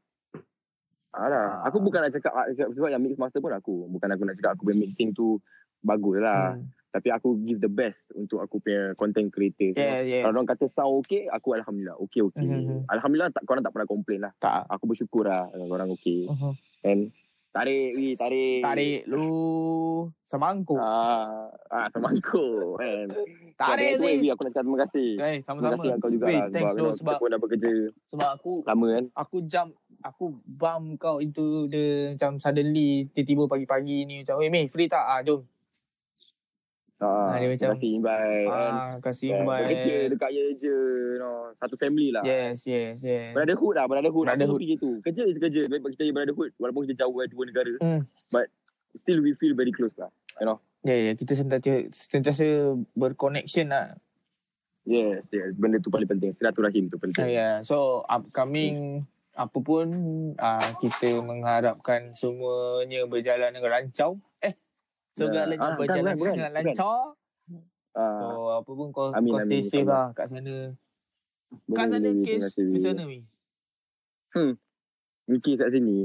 [SPEAKER 3] ah.
[SPEAKER 4] Alah, aku bukan nak cakap ah, sebab yang mix master pun aku. Bukan aku nak cakap aku punya mixing tu bagus lah.
[SPEAKER 3] Hmm.
[SPEAKER 4] Tapi aku give the best untuk aku punya content creator. So,
[SPEAKER 3] Yeah, yes.
[SPEAKER 4] Kalau orang kata sound okay, aku alhamdulillah. Okay, okay.
[SPEAKER 3] Mhm.
[SPEAKER 4] Alhamdulillah tak, korang tak pernah complain lah.
[SPEAKER 3] tak.
[SPEAKER 4] Aku bersyukur lah eh, korang okay.
[SPEAKER 3] Mhm.
[SPEAKER 4] And tarik, we, tarik.
[SPEAKER 3] Tarik lu semangkuk.
[SPEAKER 4] Ah, ah sama aku. And,
[SPEAKER 3] Tarik sih.
[SPEAKER 4] Aku nak cakap terima kasih.
[SPEAKER 3] Eh,
[SPEAKER 4] Terima kasih
[SPEAKER 3] sama-sama.
[SPEAKER 4] kat kau juga
[SPEAKER 3] Weh,
[SPEAKER 4] lah.
[SPEAKER 3] thanks
[SPEAKER 4] you know,
[SPEAKER 3] lo
[SPEAKER 4] kita
[SPEAKER 3] sebab
[SPEAKER 4] pun dah bekerja
[SPEAKER 3] sebab aku
[SPEAKER 4] lama kan.
[SPEAKER 3] aku jump aku bump kau into the macam suddenly tiba-tiba pagi-pagi ni macam weh Mei free tak ah jom
[SPEAKER 4] Ah,
[SPEAKER 3] dia
[SPEAKER 4] terima
[SPEAKER 3] macam,
[SPEAKER 4] kasih invite. And
[SPEAKER 3] ah kasih
[SPEAKER 4] Yeah,
[SPEAKER 3] invite
[SPEAKER 4] Bekerja dekat ye je. You know, satu family lah. Yeah.
[SPEAKER 3] yes yes yes
[SPEAKER 4] Brotherhood lah, brotherhood.
[SPEAKER 3] Brotherhood.
[SPEAKER 4] Brotherhood. Aku fikir tu. Kerja is kerja. Baik kita jadi brotherhood. Walaupun kita jauh dari dua negara.
[SPEAKER 3] Hmm.
[SPEAKER 4] But still we feel very close lah.
[SPEAKER 3] ya yeah, yeah, kita sentiasa sentiasa berconnection lah
[SPEAKER 4] Yes, yes. Benda tu paling penting. Silaturahim tu
[SPEAKER 3] yeah.
[SPEAKER 4] penting.
[SPEAKER 3] Ah, yeah. ya. so upcoming apa pun ah, kita mengharapkan semuanya berjalan dengan lancar eh segalanya
[SPEAKER 4] Ah, bukan,
[SPEAKER 3] berjalan
[SPEAKER 4] bukan, bukan,
[SPEAKER 3] dengan
[SPEAKER 4] bukan.
[SPEAKER 3] lancar so
[SPEAKER 4] Ah,
[SPEAKER 3] apa pun kau,
[SPEAKER 4] Amin,
[SPEAKER 3] kau stay
[SPEAKER 4] amin,
[SPEAKER 3] safe
[SPEAKER 4] amin.
[SPEAKER 3] lah kat sana
[SPEAKER 4] boleh,
[SPEAKER 3] kat sana
[SPEAKER 4] boleh, boleh. Terima
[SPEAKER 3] kes
[SPEAKER 4] kasih.
[SPEAKER 3] macam mana Mi?
[SPEAKER 4] Wiki kat sini.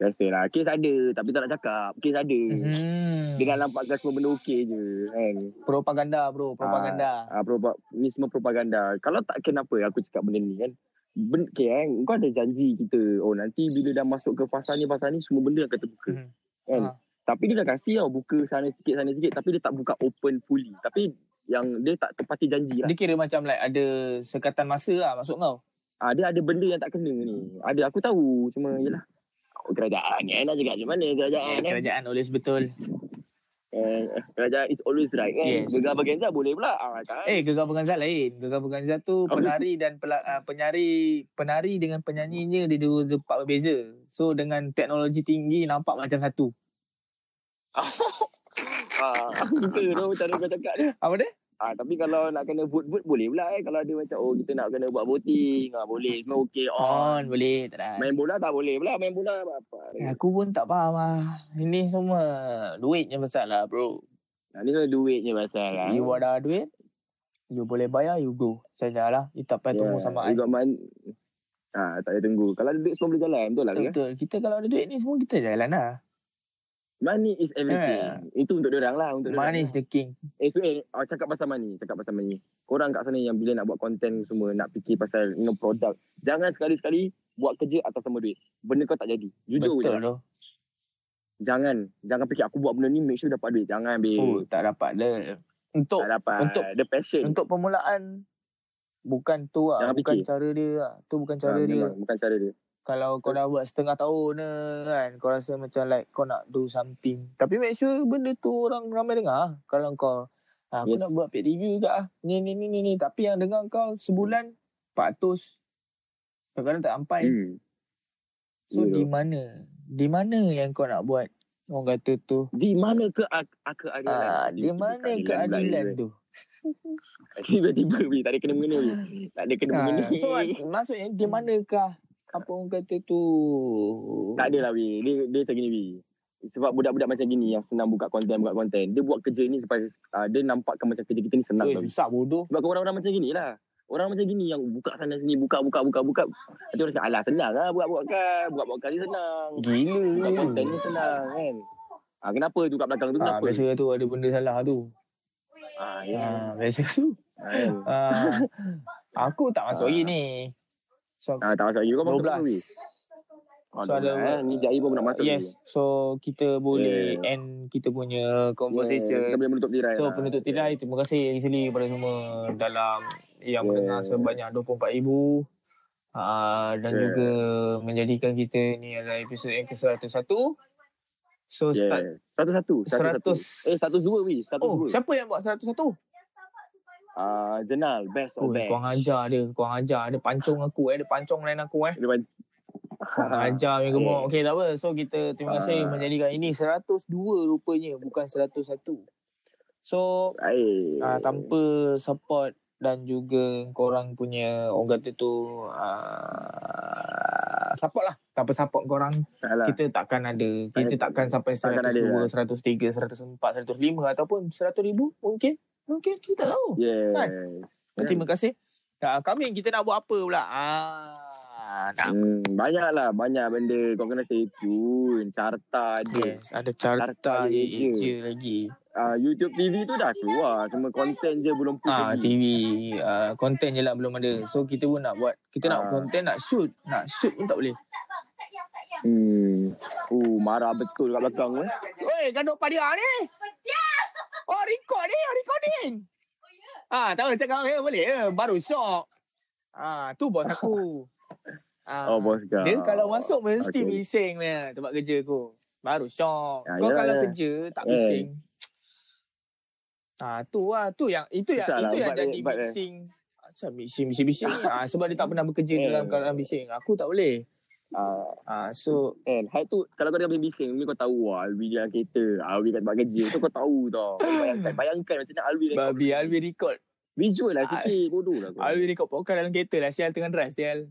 [SPEAKER 4] Biasalah. Kes ada tapi tak nak cakap. Kes ada. Mm-hmm.
[SPEAKER 3] Hmm.
[SPEAKER 4] Dia nak nampakkan semua benda okey je kan.
[SPEAKER 3] Propaganda bro, propaganda.
[SPEAKER 4] Ah, ah, propa- ni semua propaganda. Kalau tak kenapa aku cakap benda ni kan. Ben, okay, kan? Kau ada janji kita. Oh nanti bila dah masuk ke fasa ni, fasa ni semua benda akan terbuka.
[SPEAKER 3] Mhm.
[SPEAKER 4] Kan?
[SPEAKER 3] Ah.
[SPEAKER 4] Tapi dia dah kasih tau buka sana sikit, sana sikit. Tapi dia tak buka open fully. Tapi yang dia tak tepati janji lah.
[SPEAKER 3] Dia kira macam like ada sekatan masa lah masuk kau.
[SPEAKER 4] Ah, dia ada benda yang tak kena ni. Ada aku tahu cuma yalah. Oh, kerajaan ni eh, nak cakap macam mana kerajaan eh.
[SPEAKER 3] Kerajaan tulis betul.
[SPEAKER 4] Eh, kerajaan is always right kan.
[SPEAKER 3] Yes.
[SPEAKER 4] Yes. Gegar Bagenza boleh pula. Ah, tak.
[SPEAKER 3] Eh, Gegar Penganza lain. Gegar Penganza tu
[SPEAKER 4] Apa?
[SPEAKER 3] penari dan pela, uh, penari penari dengan penyanyinya dia dua tempat berbeza. So dengan teknologi tinggi nampak macam satu.
[SPEAKER 4] Ah, aku suka tu cara kau cakap ni.
[SPEAKER 3] Apa dia?
[SPEAKER 4] Ah, tapi kalau nak kena vote-vote boleh pula eh. Kalau ada macam oh kita nak kena buat voting. Ah, boleh. Semua okey. Oh.
[SPEAKER 3] On boleh tak ada.
[SPEAKER 4] Main bola tak boleh pula. Main bola apa-apa.
[SPEAKER 3] Aku pun tak faham lah. Ini semua duitnya besar lah bro.
[SPEAKER 4] Nah, ni semua duitnya pasal lah.
[SPEAKER 3] You ada duit, you boleh bayar, you go. Sajalah. You tak payah tunggu sama
[SPEAKER 4] Ya, You
[SPEAKER 3] I.
[SPEAKER 4] got man- Ah, tak payah tunggu. Kalau ada duit semua boleh jalan. Betul lah.
[SPEAKER 3] Betul,
[SPEAKER 4] Betul.
[SPEAKER 3] betul. Kita kalau ada duit ni semua kita jalan lah.
[SPEAKER 4] Money is everything. Itu untuk orang lah. Untuk
[SPEAKER 3] Ya.
[SPEAKER 4] dorang.
[SPEAKER 3] Money is the king.
[SPEAKER 4] Eh so eh oh, cakap pasal money, cakap pasal money. Korang kat sana yang bila nak buat konten semua, nak fikir pasal you know, produk. Jangan sekali-sekali buat kerja atas nama duit. Benda kau tak jadi. Jujur
[SPEAKER 3] Betul
[SPEAKER 4] je.
[SPEAKER 3] tu.
[SPEAKER 4] Jangan. Jangan fikir aku buat benda ni make sure dapat duit. Jangan be.
[SPEAKER 3] Oh, tak dapat dah. Untuk
[SPEAKER 4] tak dapat.
[SPEAKER 3] untuk-
[SPEAKER 4] The passion.
[SPEAKER 3] untuk permulaan bukan tu lah.
[SPEAKER 4] Jangan
[SPEAKER 3] bukan
[SPEAKER 4] fikir.
[SPEAKER 3] cara dia lah. Tu bukan
[SPEAKER 4] Ah,
[SPEAKER 3] cara dia. Eh.
[SPEAKER 4] memang, Bukan cara dia.
[SPEAKER 3] Kalau kau dah buat setengah tahun ni kan, kau rasa macam like kau nak do something. Tapi make sure benda tu orang ramai dengar. Kalau kau, ah, aku
[SPEAKER 4] Yes.
[SPEAKER 3] nak buat paid review juga ah. Ni, ni, ni, ni, ni. Tapi yang dengar kau sebulan 400. Kadang-kadang tak sampai.
[SPEAKER 4] Hmm.
[SPEAKER 3] So
[SPEAKER 4] Ya.
[SPEAKER 3] di mana? Di mana yang kau nak buat? Orang kata tu.
[SPEAKER 4] Di mana ke ak- keadilan?
[SPEAKER 3] Ah, di
[SPEAKER 4] Tiba-tiba
[SPEAKER 3] mana
[SPEAKER 4] sekali
[SPEAKER 3] keadilan
[SPEAKER 4] eh.
[SPEAKER 3] tu?
[SPEAKER 4] bulan ni, Tiba-tiba Bi. tak ada kena mengena. Bi. Tak ada kena mengena.
[SPEAKER 3] Ha, so mak- maksudnya di
[SPEAKER 4] Hmm.
[SPEAKER 3] manakah apa orang kata tu?
[SPEAKER 4] Tak ada lah weh. Dia, dia macam gini weh. Sebab budak-budak macam gini yang senang buka konten, buka konten. Dia buat kerja ni supaya uh, dia nampakkan macam kerja kita ni senang.
[SPEAKER 3] Eh,
[SPEAKER 4] tau.
[SPEAKER 3] susah bodoh.
[SPEAKER 4] Sebab orang-orang macam gini lah. Orang macam gini yang buka sana sini, buka, buka, buka, buka. Nanti orang cakap, alah senang lah buat buat kan. Buat buat ni senang. Buka
[SPEAKER 3] Gila.
[SPEAKER 4] konten ni senang kan. Ah, kenapa tu kat belakang tu
[SPEAKER 3] Hmm. Ah,
[SPEAKER 4] kenapa?
[SPEAKER 3] biasa tu ada benda salah tu.
[SPEAKER 4] Ah, ya.
[SPEAKER 3] Ah, biasa tu.
[SPEAKER 4] Ah, kan?
[SPEAKER 3] Ah, aku tak masuk lagi ni. So,
[SPEAKER 4] Ah, tak masuk lagi. Kau masuk
[SPEAKER 3] 12.
[SPEAKER 4] lagi. Ah,
[SPEAKER 3] So, ada-
[SPEAKER 4] eh. Ni Jai pun nak masuk
[SPEAKER 3] Yes.
[SPEAKER 4] lagi. Ya.
[SPEAKER 3] So, kita boleh
[SPEAKER 4] Yeah.
[SPEAKER 3] end kita punya conversation.
[SPEAKER 4] Yeah, kita boleh menutup tirai.
[SPEAKER 3] So
[SPEAKER 4] lah.
[SPEAKER 3] penutup tirai terima kasih Rizli kepada semua dalam yang
[SPEAKER 4] Yeah.
[SPEAKER 3] mendengar sebanyak 24,000 uh, dan
[SPEAKER 4] Yeah.
[SPEAKER 3] juga menjadikan kita ni adalah episod yang ke-101. So
[SPEAKER 4] Yeah.
[SPEAKER 3] start
[SPEAKER 4] Satu-satu. Satu-satu.
[SPEAKER 3] seratus.
[SPEAKER 4] Ya. Eh, satu-dua weh.
[SPEAKER 3] Oh,
[SPEAKER 4] Satu-dua.
[SPEAKER 3] siapa yang buat 101? Oh,
[SPEAKER 4] Ah, Jenal. Best
[SPEAKER 3] oh
[SPEAKER 4] of best.
[SPEAKER 3] kau ajar dia, kau ajar dia pancung aku eh, dia pancung lain aku eh.
[SPEAKER 4] Dia ban-
[SPEAKER 3] Kau ajar punya gemuk.
[SPEAKER 4] Yeah.
[SPEAKER 3] Okey, tak apa. So kita terima kasih
[SPEAKER 4] Eh. Ah.
[SPEAKER 3] menjadikan ini 102 rupanya bukan 101. So
[SPEAKER 4] Eh.
[SPEAKER 3] uh, tanpa support dan juga korang punya orang kata tu uh, support lah tanpa support korang
[SPEAKER 4] Alah.
[SPEAKER 3] kita takkan ada kita takkan sampai
[SPEAKER 4] Ah. Takkan ada lah.
[SPEAKER 3] 102 103 104 105 ataupun 100 ribu mungkin mungkin kita tak tahu
[SPEAKER 4] Yes.
[SPEAKER 3] Kan?
[SPEAKER 4] kan.
[SPEAKER 3] terima kasih uh, kami kita nak buat apa pula ah nak
[SPEAKER 4] Hmm, banyak lah. Banyak benda. Kau kena stay tune. Carta ada.
[SPEAKER 3] Yes, ada carta
[SPEAKER 4] Carta
[SPEAKER 3] je,
[SPEAKER 4] je.
[SPEAKER 3] je lagi.
[SPEAKER 4] Ah, YouTube TV tu dah keluar. Cuma konten je belum Hmm. push
[SPEAKER 3] Ah,
[SPEAKER 4] lagi.
[SPEAKER 3] TV, ah, konten je lah belum ada. So kita pun nak buat, kita nak
[SPEAKER 4] Ah.
[SPEAKER 3] konten, nak shoot, nak shoot pun tak boleh.
[SPEAKER 4] Hmm. Uh, marah betul kat belakang eh.
[SPEAKER 3] Oi, gaduh padia ni. Oh, record ni, oh, recording. Ah, tahu cakap eh, boleh ke? Baru shock. Ah, tu bos aku. Ah,
[SPEAKER 4] Oh, bos kau.
[SPEAKER 3] Dia kalau masuk mesti
[SPEAKER 4] Okay.
[SPEAKER 3] bising ni tempat kerja aku. Baru shock.
[SPEAKER 4] Ah,
[SPEAKER 3] Kau
[SPEAKER 4] yalah,
[SPEAKER 3] kalau
[SPEAKER 4] yalah.
[SPEAKER 3] kerja tak
[SPEAKER 4] Eh.
[SPEAKER 3] bising. Ah, tu lah, tu yang itu yang
[SPEAKER 4] Susah
[SPEAKER 3] itu
[SPEAKER 4] lah,
[SPEAKER 3] yang
[SPEAKER 4] ubat
[SPEAKER 3] jadi
[SPEAKER 4] dia- ubat dia.
[SPEAKER 3] bising. Macam bising, bising, bising. ni. ah, sebab dia tak pernah bekerja
[SPEAKER 4] Eh.
[SPEAKER 3] dalam keadaan bising. Aku tak boleh.
[SPEAKER 4] Ah,
[SPEAKER 3] Ah, so
[SPEAKER 4] kan. Hal tu, kalau kau dah boleh bising, ni kau tahu lah. Alwi di dalam kereta. Alwi kat tempat kerja. Tu kau tahu tau. Kau Bayangkan, bayangkan macam mana Alwi. record.
[SPEAKER 3] Babi Alwi record
[SPEAKER 4] Visual lah sikit. Bodoh lah kau.
[SPEAKER 3] Alwi record podcast dalam kereta lah Sial tengah drive Sial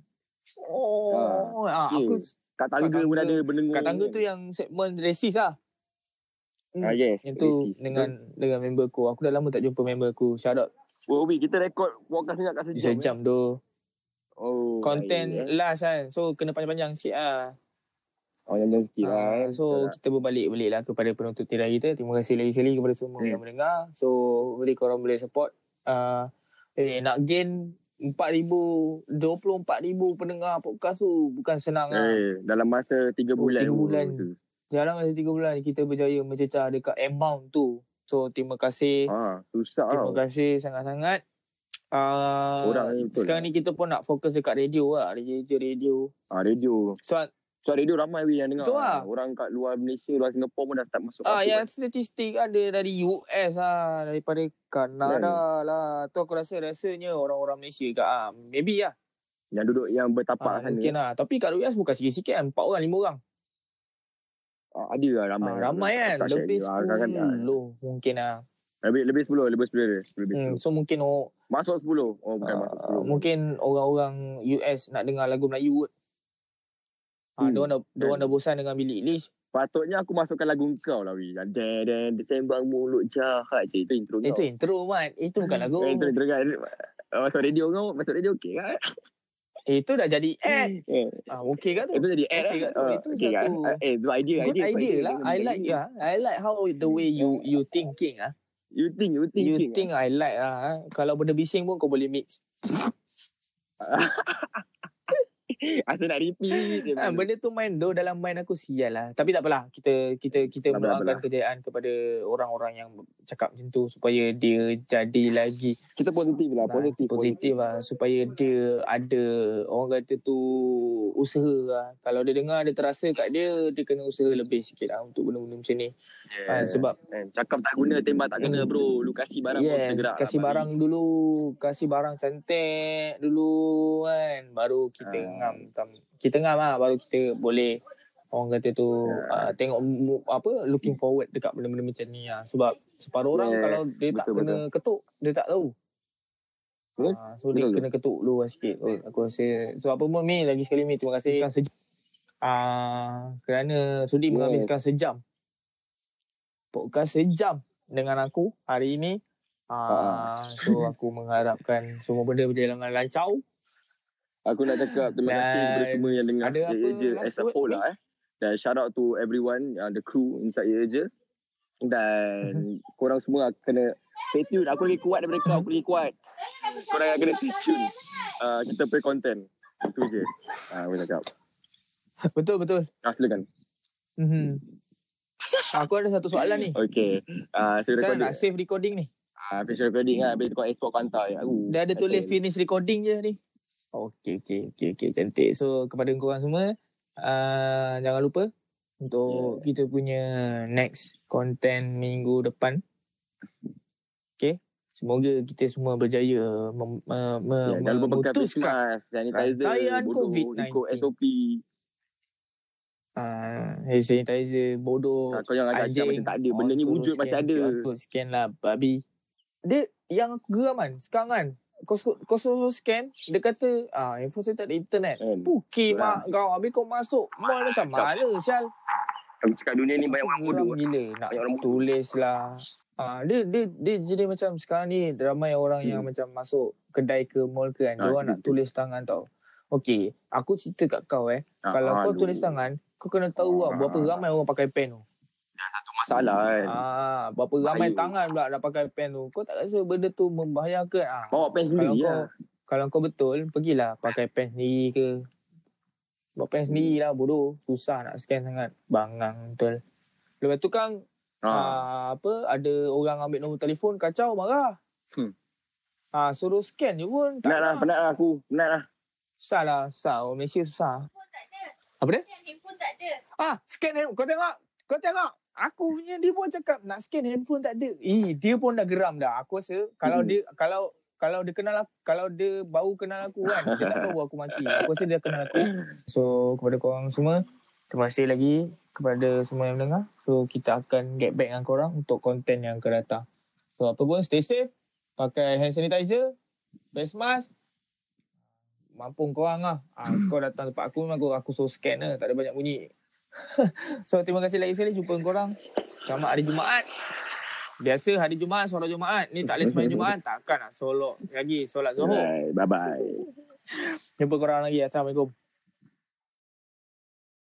[SPEAKER 3] Oh ah,
[SPEAKER 4] yeah.
[SPEAKER 3] Aku
[SPEAKER 4] Kat tangga
[SPEAKER 3] Kat
[SPEAKER 4] pun
[SPEAKER 3] tangga.
[SPEAKER 4] ada benda.
[SPEAKER 3] Kat tangga tu yang segmen racist lah
[SPEAKER 4] Ah, yes.
[SPEAKER 3] Yang tu
[SPEAKER 4] racist.
[SPEAKER 3] dengan dengan member aku Aku dah lama tak jumpa member aku Shout out
[SPEAKER 4] Oh, Wi, kita rekod podcast ni kat sejam. eh.
[SPEAKER 3] Sejam tu
[SPEAKER 4] Oh,
[SPEAKER 3] Content
[SPEAKER 4] baik, eh.
[SPEAKER 3] last kan So kena panjang-panjang sikit lah
[SPEAKER 4] Orang jangan sikit lah
[SPEAKER 3] Ah,
[SPEAKER 4] kan.
[SPEAKER 3] so kita berbalik baliklah kepada penuntut tirai kita. Terima kasih lagi sekali kepada semua
[SPEAKER 4] Hmm.
[SPEAKER 3] yang mendengar. So boleh korang boleh support uh, eh, nak gain 4000 24000 pendengar podcast tu bukan senang ah.
[SPEAKER 4] Eh, dalam masa 3
[SPEAKER 3] Oh,
[SPEAKER 4] bulan.
[SPEAKER 3] tiga
[SPEAKER 4] pun
[SPEAKER 3] bulan.
[SPEAKER 4] tu.
[SPEAKER 3] Dalam masa 3 bulan kita berjaya mencecah dekat amount tu. So terima kasih.
[SPEAKER 4] Ha, susah
[SPEAKER 3] Terima
[SPEAKER 4] tau.
[SPEAKER 3] kasih sangat-sangat. Uh,
[SPEAKER 4] Orang ni betul lah.
[SPEAKER 3] sekarang ni kita pun nak fokus dekat radio lah. Radio radio.
[SPEAKER 4] Ha, radio.
[SPEAKER 3] So ah,
[SPEAKER 4] So radio ramai weh yang dengar.
[SPEAKER 3] Betul lah.
[SPEAKER 4] Orang kat luar Malaysia, luar Singapura pun dah start masuk.
[SPEAKER 3] Ah,
[SPEAKER 4] aku
[SPEAKER 3] yang
[SPEAKER 4] kan.
[SPEAKER 3] statistik ada dari US ah daripada
[SPEAKER 4] Kan?
[SPEAKER 3] Kanada lah. Tu aku rasa rasanya orang-orang Malaysia kat ah, maybe lah.
[SPEAKER 4] yang duduk yang bertapak
[SPEAKER 3] Ah,
[SPEAKER 4] sana.
[SPEAKER 3] mungkin lah. Tapi kat US bukan sikit-sikit kan. 4 orang, 5 orang.
[SPEAKER 4] Ah, ada lah ramai.
[SPEAKER 3] Ah, ramai kan.
[SPEAKER 4] Tak
[SPEAKER 3] Lebih
[SPEAKER 4] share. Ah, kan, kan.
[SPEAKER 3] 10 mungkin lah.
[SPEAKER 4] Lebih lebih 10, lebih 10 dia. Lebih
[SPEAKER 3] Hmm,
[SPEAKER 4] 10.
[SPEAKER 3] so mungkin oh,
[SPEAKER 4] Masuk 10. Oh, bukan masuk
[SPEAKER 3] ah,
[SPEAKER 4] 10.
[SPEAKER 3] mungkin orang-orang US nak dengar lagu Melayu kot. Ah,
[SPEAKER 4] Hmm,
[SPEAKER 3] dia orang dah, dia orang
[SPEAKER 4] kan.
[SPEAKER 3] dah bosan dengan Billie Eilish.
[SPEAKER 4] Patutnya aku masukkan lagu kau lah weh. Dan dan sembang mulut jahat je. Itu intro
[SPEAKER 3] Itu
[SPEAKER 4] kau.
[SPEAKER 3] intro Mat. Itu bukan lagu.
[SPEAKER 4] Eh, Oh. Intro intro kan. Ah, Masuk radio kau, masuk radio okey kan?
[SPEAKER 3] Itu dah jadi ad.
[SPEAKER 4] Eh,
[SPEAKER 3] Ah, okey kat tu.
[SPEAKER 4] Itu jadi ad
[SPEAKER 3] Okey
[SPEAKER 4] lah.
[SPEAKER 3] kat tu.
[SPEAKER 4] Ah,
[SPEAKER 3] Itu
[SPEAKER 4] okey kan?
[SPEAKER 3] satu.
[SPEAKER 4] Ah, Eh, itu idea.
[SPEAKER 3] good idea, lah. I
[SPEAKER 4] Benda
[SPEAKER 3] like
[SPEAKER 4] ni.
[SPEAKER 3] yeah. I like how the way you you thinking ah.
[SPEAKER 4] You think, you think.
[SPEAKER 3] You think I like ah. ah. Kalau benda bising pun kau boleh mix.
[SPEAKER 4] Asal nak repeat je.
[SPEAKER 3] Ah, benda tu main do dalam main aku sial lah. Tapi tak apalah. Kita kita kita
[SPEAKER 4] Tak apalah,
[SPEAKER 3] mendoakan
[SPEAKER 4] apalah.
[SPEAKER 3] kejayaan kepada orang-orang yang cakap macam tu supaya dia jadi lagi
[SPEAKER 4] Kita positif lah.
[SPEAKER 3] ah,
[SPEAKER 4] Positif.
[SPEAKER 3] positif lah supaya dia ada orang kata tu usaha lah. Kalau dia dengar dia terasa kat dia dia kena usaha lebih sikit lah untuk benda-benda macam ni. Ah,
[SPEAKER 4] Yeah.
[SPEAKER 3] sebab
[SPEAKER 4] Eh, Cakap tak guna, tembak tak kena bro. Lu kasih barang lah, kau
[SPEAKER 3] yes,
[SPEAKER 4] tergerak.
[SPEAKER 3] kasih
[SPEAKER 4] Abang
[SPEAKER 3] barang dulu, kasih barang cantik dulu kan, baru kita
[SPEAKER 4] Ah.
[SPEAKER 3] ngam tam- kita ngam lah, baru kita boleh orang kata tu uh,
[SPEAKER 4] Ya.
[SPEAKER 3] tengok mu- apa looking forward dekat benda-benda macam ni lah. sebab separuh orang
[SPEAKER 4] Yes,
[SPEAKER 3] kalau dia tak
[SPEAKER 4] betul,
[SPEAKER 3] kena ketuk dia tak tahu
[SPEAKER 4] Betul.
[SPEAKER 3] Ah, so dia
[SPEAKER 4] Betul.
[SPEAKER 3] kena ketuk dulu lah sikit kot. aku rasa so apa pun Mi lagi sekali Mi terima kasih Ah, kerana sudi
[SPEAKER 4] Yes.
[SPEAKER 3] menghabiskan sejam. Podcast sejam dengan aku hari ini. Ah, so aku mengharapkan semua benda berjalan dengan lancar.
[SPEAKER 4] Aku nak cakap terima kasih
[SPEAKER 3] Dan
[SPEAKER 4] kepada semua yang dengar
[SPEAKER 3] ada
[SPEAKER 4] Ya
[SPEAKER 3] apa
[SPEAKER 4] Ya Je
[SPEAKER 3] last
[SPEAKER 4] as a
[SPEAKER 3] word
[SPEAKER 4] whole
[SPEAKER 3] ni?
[SPEAKER 4] lah eh. Dan shout out to everyone, uh, the crew inside Ya Ya Je. Dan korang semua kena stay tune. Aku lagi kuat daripada kau, aku lagi kuat. Korang yang kena stay tune. Uh, kita play content. Itu je. Ah, aku cakap.
[SPEAKER 3] Betul betul.
[SPEAKER 4] Ah, silakan.
[SPEAKER 3] Mhm. aku ada satu soalan ni.
[SPEAKER 4] Okay. Ah,
[SPEAKER 3] Macam
[SPEAKER 4] saya recording.
[SPEAKER 3] mana nak save recording ni?
[SPEAKER 4] Ah, finish recording lah. Habis kau export kau hantar je. Aku.
[SPEAKER 3] Dah ada tulis finish recording je ni. Okey okey okey okey cantik. So kepada korang semua uh, jangan lupa untuk
[SPEAKER 4] Ya.
[SPEAKER 3] yeah. kita punya next content minggu depan. Okay. Semoga kita semua berjaya mem, uh,
[SPEAKER 4] Ya,
[SPEAKER 3] me,
[SPEAKER 4] jangan lupa pakai face
[SPEAKER 3] memutuskan
[SPEAKER 4] mask, sanitizer,
[SPEAKER 3] rantaian
[SPEAKER 4] bodoh,
[SPEAKER 3] COVID-19.
[SPEAKER 4] ikut SOP.
[SPEAKER 3] uh, hand sanitizer bodoh.
[SPEAKER 4] Ah, kau jangan ajak macam tak ada. Benda ni
[SPEAKER 3] orang
[SPEAKER 4] wujud
[SPEAKER 3] suruh
[SPEAKER 4] masih
[SPEAKER 3] scan
[SPEAKER 4] ada.
[SPEAKER 3] QR code, scan lah babi. Dia yang aku geram kan. Sekarang kan. Kau, su- kau suruh scan. Dia kata ah, handphone saya tak ada internet.
[SPEAKER 4] Kan?
[SPEAKER 3] Pukul
[SPEAKER 4] Geram.
[SPEAKER 3] mak kau. Habis kau masuk. Mall macam mana Syal?
[SPEAKER 4] Aku cakap dunia ni banyak orang bodoh. kan.
[SPEAKER 3] Geram gila. Nak
[SPEAKER 4] Banyak orang bodoh.
[SPEAKER 3] tulis lah. Ah, dia, dia, dia jadi macam sekarang ni ramai orang yang macam masuk kedai ke mall ke kan. Dia
[SPEAKER 4] Hmm. Ah,
[SPEAKER 3] orang nak
[SPEAKER 4] betul.
[SPEAKER 3] tulis tangan tau. Okey, aku cerita kat kau eh. Kalau
[SPEAKER 4] Ah,
[SPEAKER 3] kau
[SPEAKER 4] aduh.
[SPEAKER 3] tulis tangan, kau kena tahu lah berapa
[SPEAKER 4] Ah.
[SPEAKER 3] ramai orang pakai pen tu.
[SPEAKER 4] Masalah kan.
[SPEAKER 3] Ah, berapa ramai
[SPEAKER 4] Bahaya.
[SPEAKER 3] tangan pula dah pakai pen tu. Kau tak rasa benda tu membahayakan? Ah.
[SPEAKER 4] Bawa
[SPEAKER 3] kalau
[SPEAKER 4] pen sendiri
[SPEAKER 3] kau
[SPEAKER 4] lah.
[SPEAKER 3] kalau kau betul, pergilah pakai pen sendiri ke. Bawa pen sendiri lah bodoh. Susah nak scan sangat. Bangang betul. Lepas tu kan
[SPEAKER 4] Ha.
[SPEAKER 3] ah. apa ada orang ambil nombor telefon kacau marah.
[SPEAKER 4] Hmm.
[SPEAKER 3] Ah, suruh scan je pun tak
[SPEAKER 4] Penat lah,
[SPEAKER 3] nak.
[SPEAKER 4] penat lah aku. Penat lah.
[SPEAKER 3] Susah lah, susah. Orang Malaysia susah. Apa dia?
[SPEAKER 5] Handphone tak ada.
[SPEAKER 3] Ah, scan handphone. Kau tengok. Kau tengok. Aku punya dia pun cakap nak scan handphone tak ada. Eh, dia pun dah geram dah. Aku rasa kalau
[SPEAKER 4] Mm.
[SPEAKER 3] dia kalau kalau dia kenal aku, kalau dia baru kenal aku kan, dia tak tahu aku maki. Aku rasa dia kenal aku. So, kepada korang semua, terima kasih lagi kepada semua yang mendengar. So, kita akan get back dengan korang untuk konten yang akan datang. So, apa pun, stay safe. Pakai hand sanitizer, face mask, Mampung korang lah. Ah, kau datang tempat aku memang aku, aku so scan lah. Tak ada banyak bunyi. so terima kasih lagi sekali jumpa korang. Selamat hari Jumaat. Biasa hari Jumaat, solat Jumaat. Ni tak boleh sembahyang Jumaat. Takkan lah solok lagi. Solat Zuhur.
[SPEAKER 4] Ya. Alright, Bye-bye.
[SPEAKER 3] Jumpa korang lagi. Assalamualaikum.